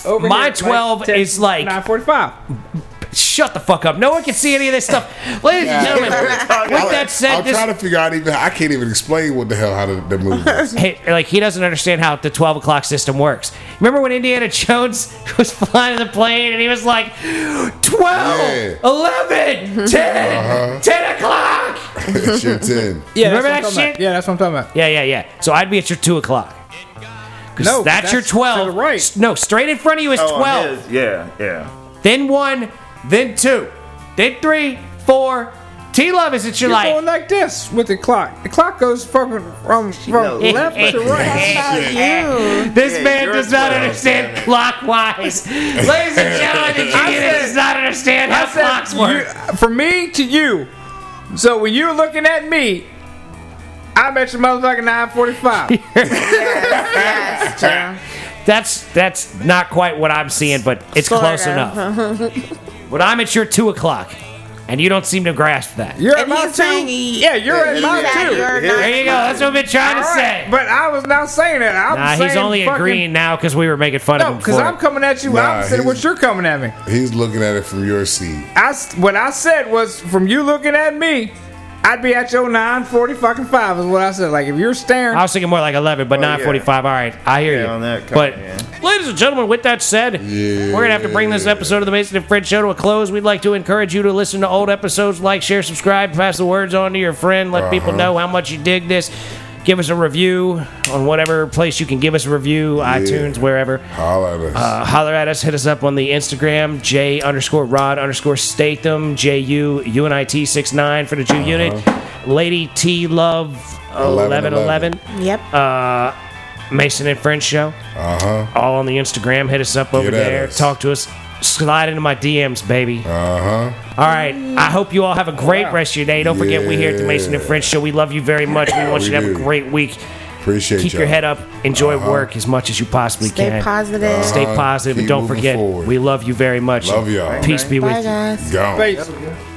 S3: over
S1: My
S3: here,
S1: 12 is like-
S3: 9:45.
S1: Shut the fuck up. No one can see any of this stuff, ladies and gentlemen. With that said,
S4: I'm
S1: this
S4: trying to figure out even. I can't even explain what the hell how the, the movie. is.
S1: Hey, like he doesn't understand how the 12 o'clock system works remember when indiana jones was flying the plane and he was like 12
S4: Yeah. Uh-huh.
S1: 11 10 10 o'clock
S4: it's your ten.
S3: Yeah,
S1: Remember
S3: that's what I'm
S1: that
S3: talking
S1: shit?
S3: About. Yeah, that's what I'm talking about.
S1: yeah yeah yeah so i'd be at your 2 o'clock 'Cause
S3: No,
S1: that's, your
S3: that's to the
S1: 12
S3: right.
S1: S- no straight in front of you is
S5: Oh,
S1: 12
S5: his- Yeah, yeah.
S1: then 1 then 2 then 3 4 t-love is at your
S3: You're
S1: life
S3: going like this with the clock. The clock goes fucking from, from
S5: knows.
S3: left to right.
S2: About you.
S1: This
S5: Yeah,
S1: man
S5: you're
S1: does not
S5: 12,
S1: understand clockwise. Ladies and gentlemen, the genius does not understand how clocks work.
S3: You- from me to you. So when you're looking at me, I'm at your motherfucking 945.
S2: Yes, Joe.
S1: That's that's not quite what I'm seeing, but it's
S2: Sorta.
S1: close enough. when I'm at your two o'clock, and you don't seem to grasp that.
S3: You're
S2: And
S3: at my
S2: he's saying
S3: two.
S2: he-
S3: Yeah, you're at
S2: he's
S3: my
S2: at
S3: two.
S2: your-
S1: There you go. That's what I've been trying to
S3: All right,
S1: say.
S3: But I was not saying that. I'm
S1: Nah,
S3: saying
S1: he's only
S3: fucking,
S1: agreeing now because we were making fun of
S3: No,
S1: him.
S3: because
S1: for
S3: I'm
S1: it.
S3: coming at you
S4: Nah,
S3: opposite of
S4: he's-
S3: what you're coming at me.
S4: He's looking at it from your seat.
S3: I s- what I said was from you looking at me, I'd be at your nine forty fucking five is what I said. Like if you're staring,
S1: I was thinking more like 11, but
S5: Well,
S1: 945. All right, I hear
S5: Oh, Yeah,
S1: you.
S5: on that count,
S1: but,
S5: yeah.
S1: ladies and gentlemen, with that said, we're going to have to bring this episode of the Mason and Fred Show to a close. We'd like to encourage you to listen to old episodes, like, share, subscribe, pass the words on to your friend, let people
S4: Uh-huh.
S1: know how much you dig this. Give us a review on whatever place you can give us a review, iTunes, wherever.
S4: Holla at us.
S1: Uh, holler at us. Hit us up on the Instagram, J underscore Rod underscore Statham, J U U N I T 6 9 for the
S5: Uh-huh.
S1: Jew unit. Lady T Love 1111.
S2: Yep.
S1: Mason and French Show.
S4: uh huh.
S1: All on the Instagram. Hit us up over
S4: Get at
S1: there.
S4: us.
S1: Talk to us. Slide into my DMs, baby.
S4: Uh huh.
S1: All right. I hope you all have a great rest of your day. Don't forget, we here at the Mason and
S4: Yeah.
S1: French Show. We love you very much. We want
S4: We
S1: you to have a
S4: do.
S1: great week.
S4: Appreciate
S1: Keep
S4: y'all.
S1: your head up. Enjoy work as much as you possibly
S2: Stay
S1: can.
S2: positive.
S1: Stay
S4: Uh-huh.
S1: positive. And
S4: Keep
S1: don't
S4: moving
S1: forget,
S4: forward.
S1: we love you very much.
S4: Love y'all.
S1: Peace be with
S2: Bye,
S1: you.
S2: guys.
S4: Gone.
S3: face.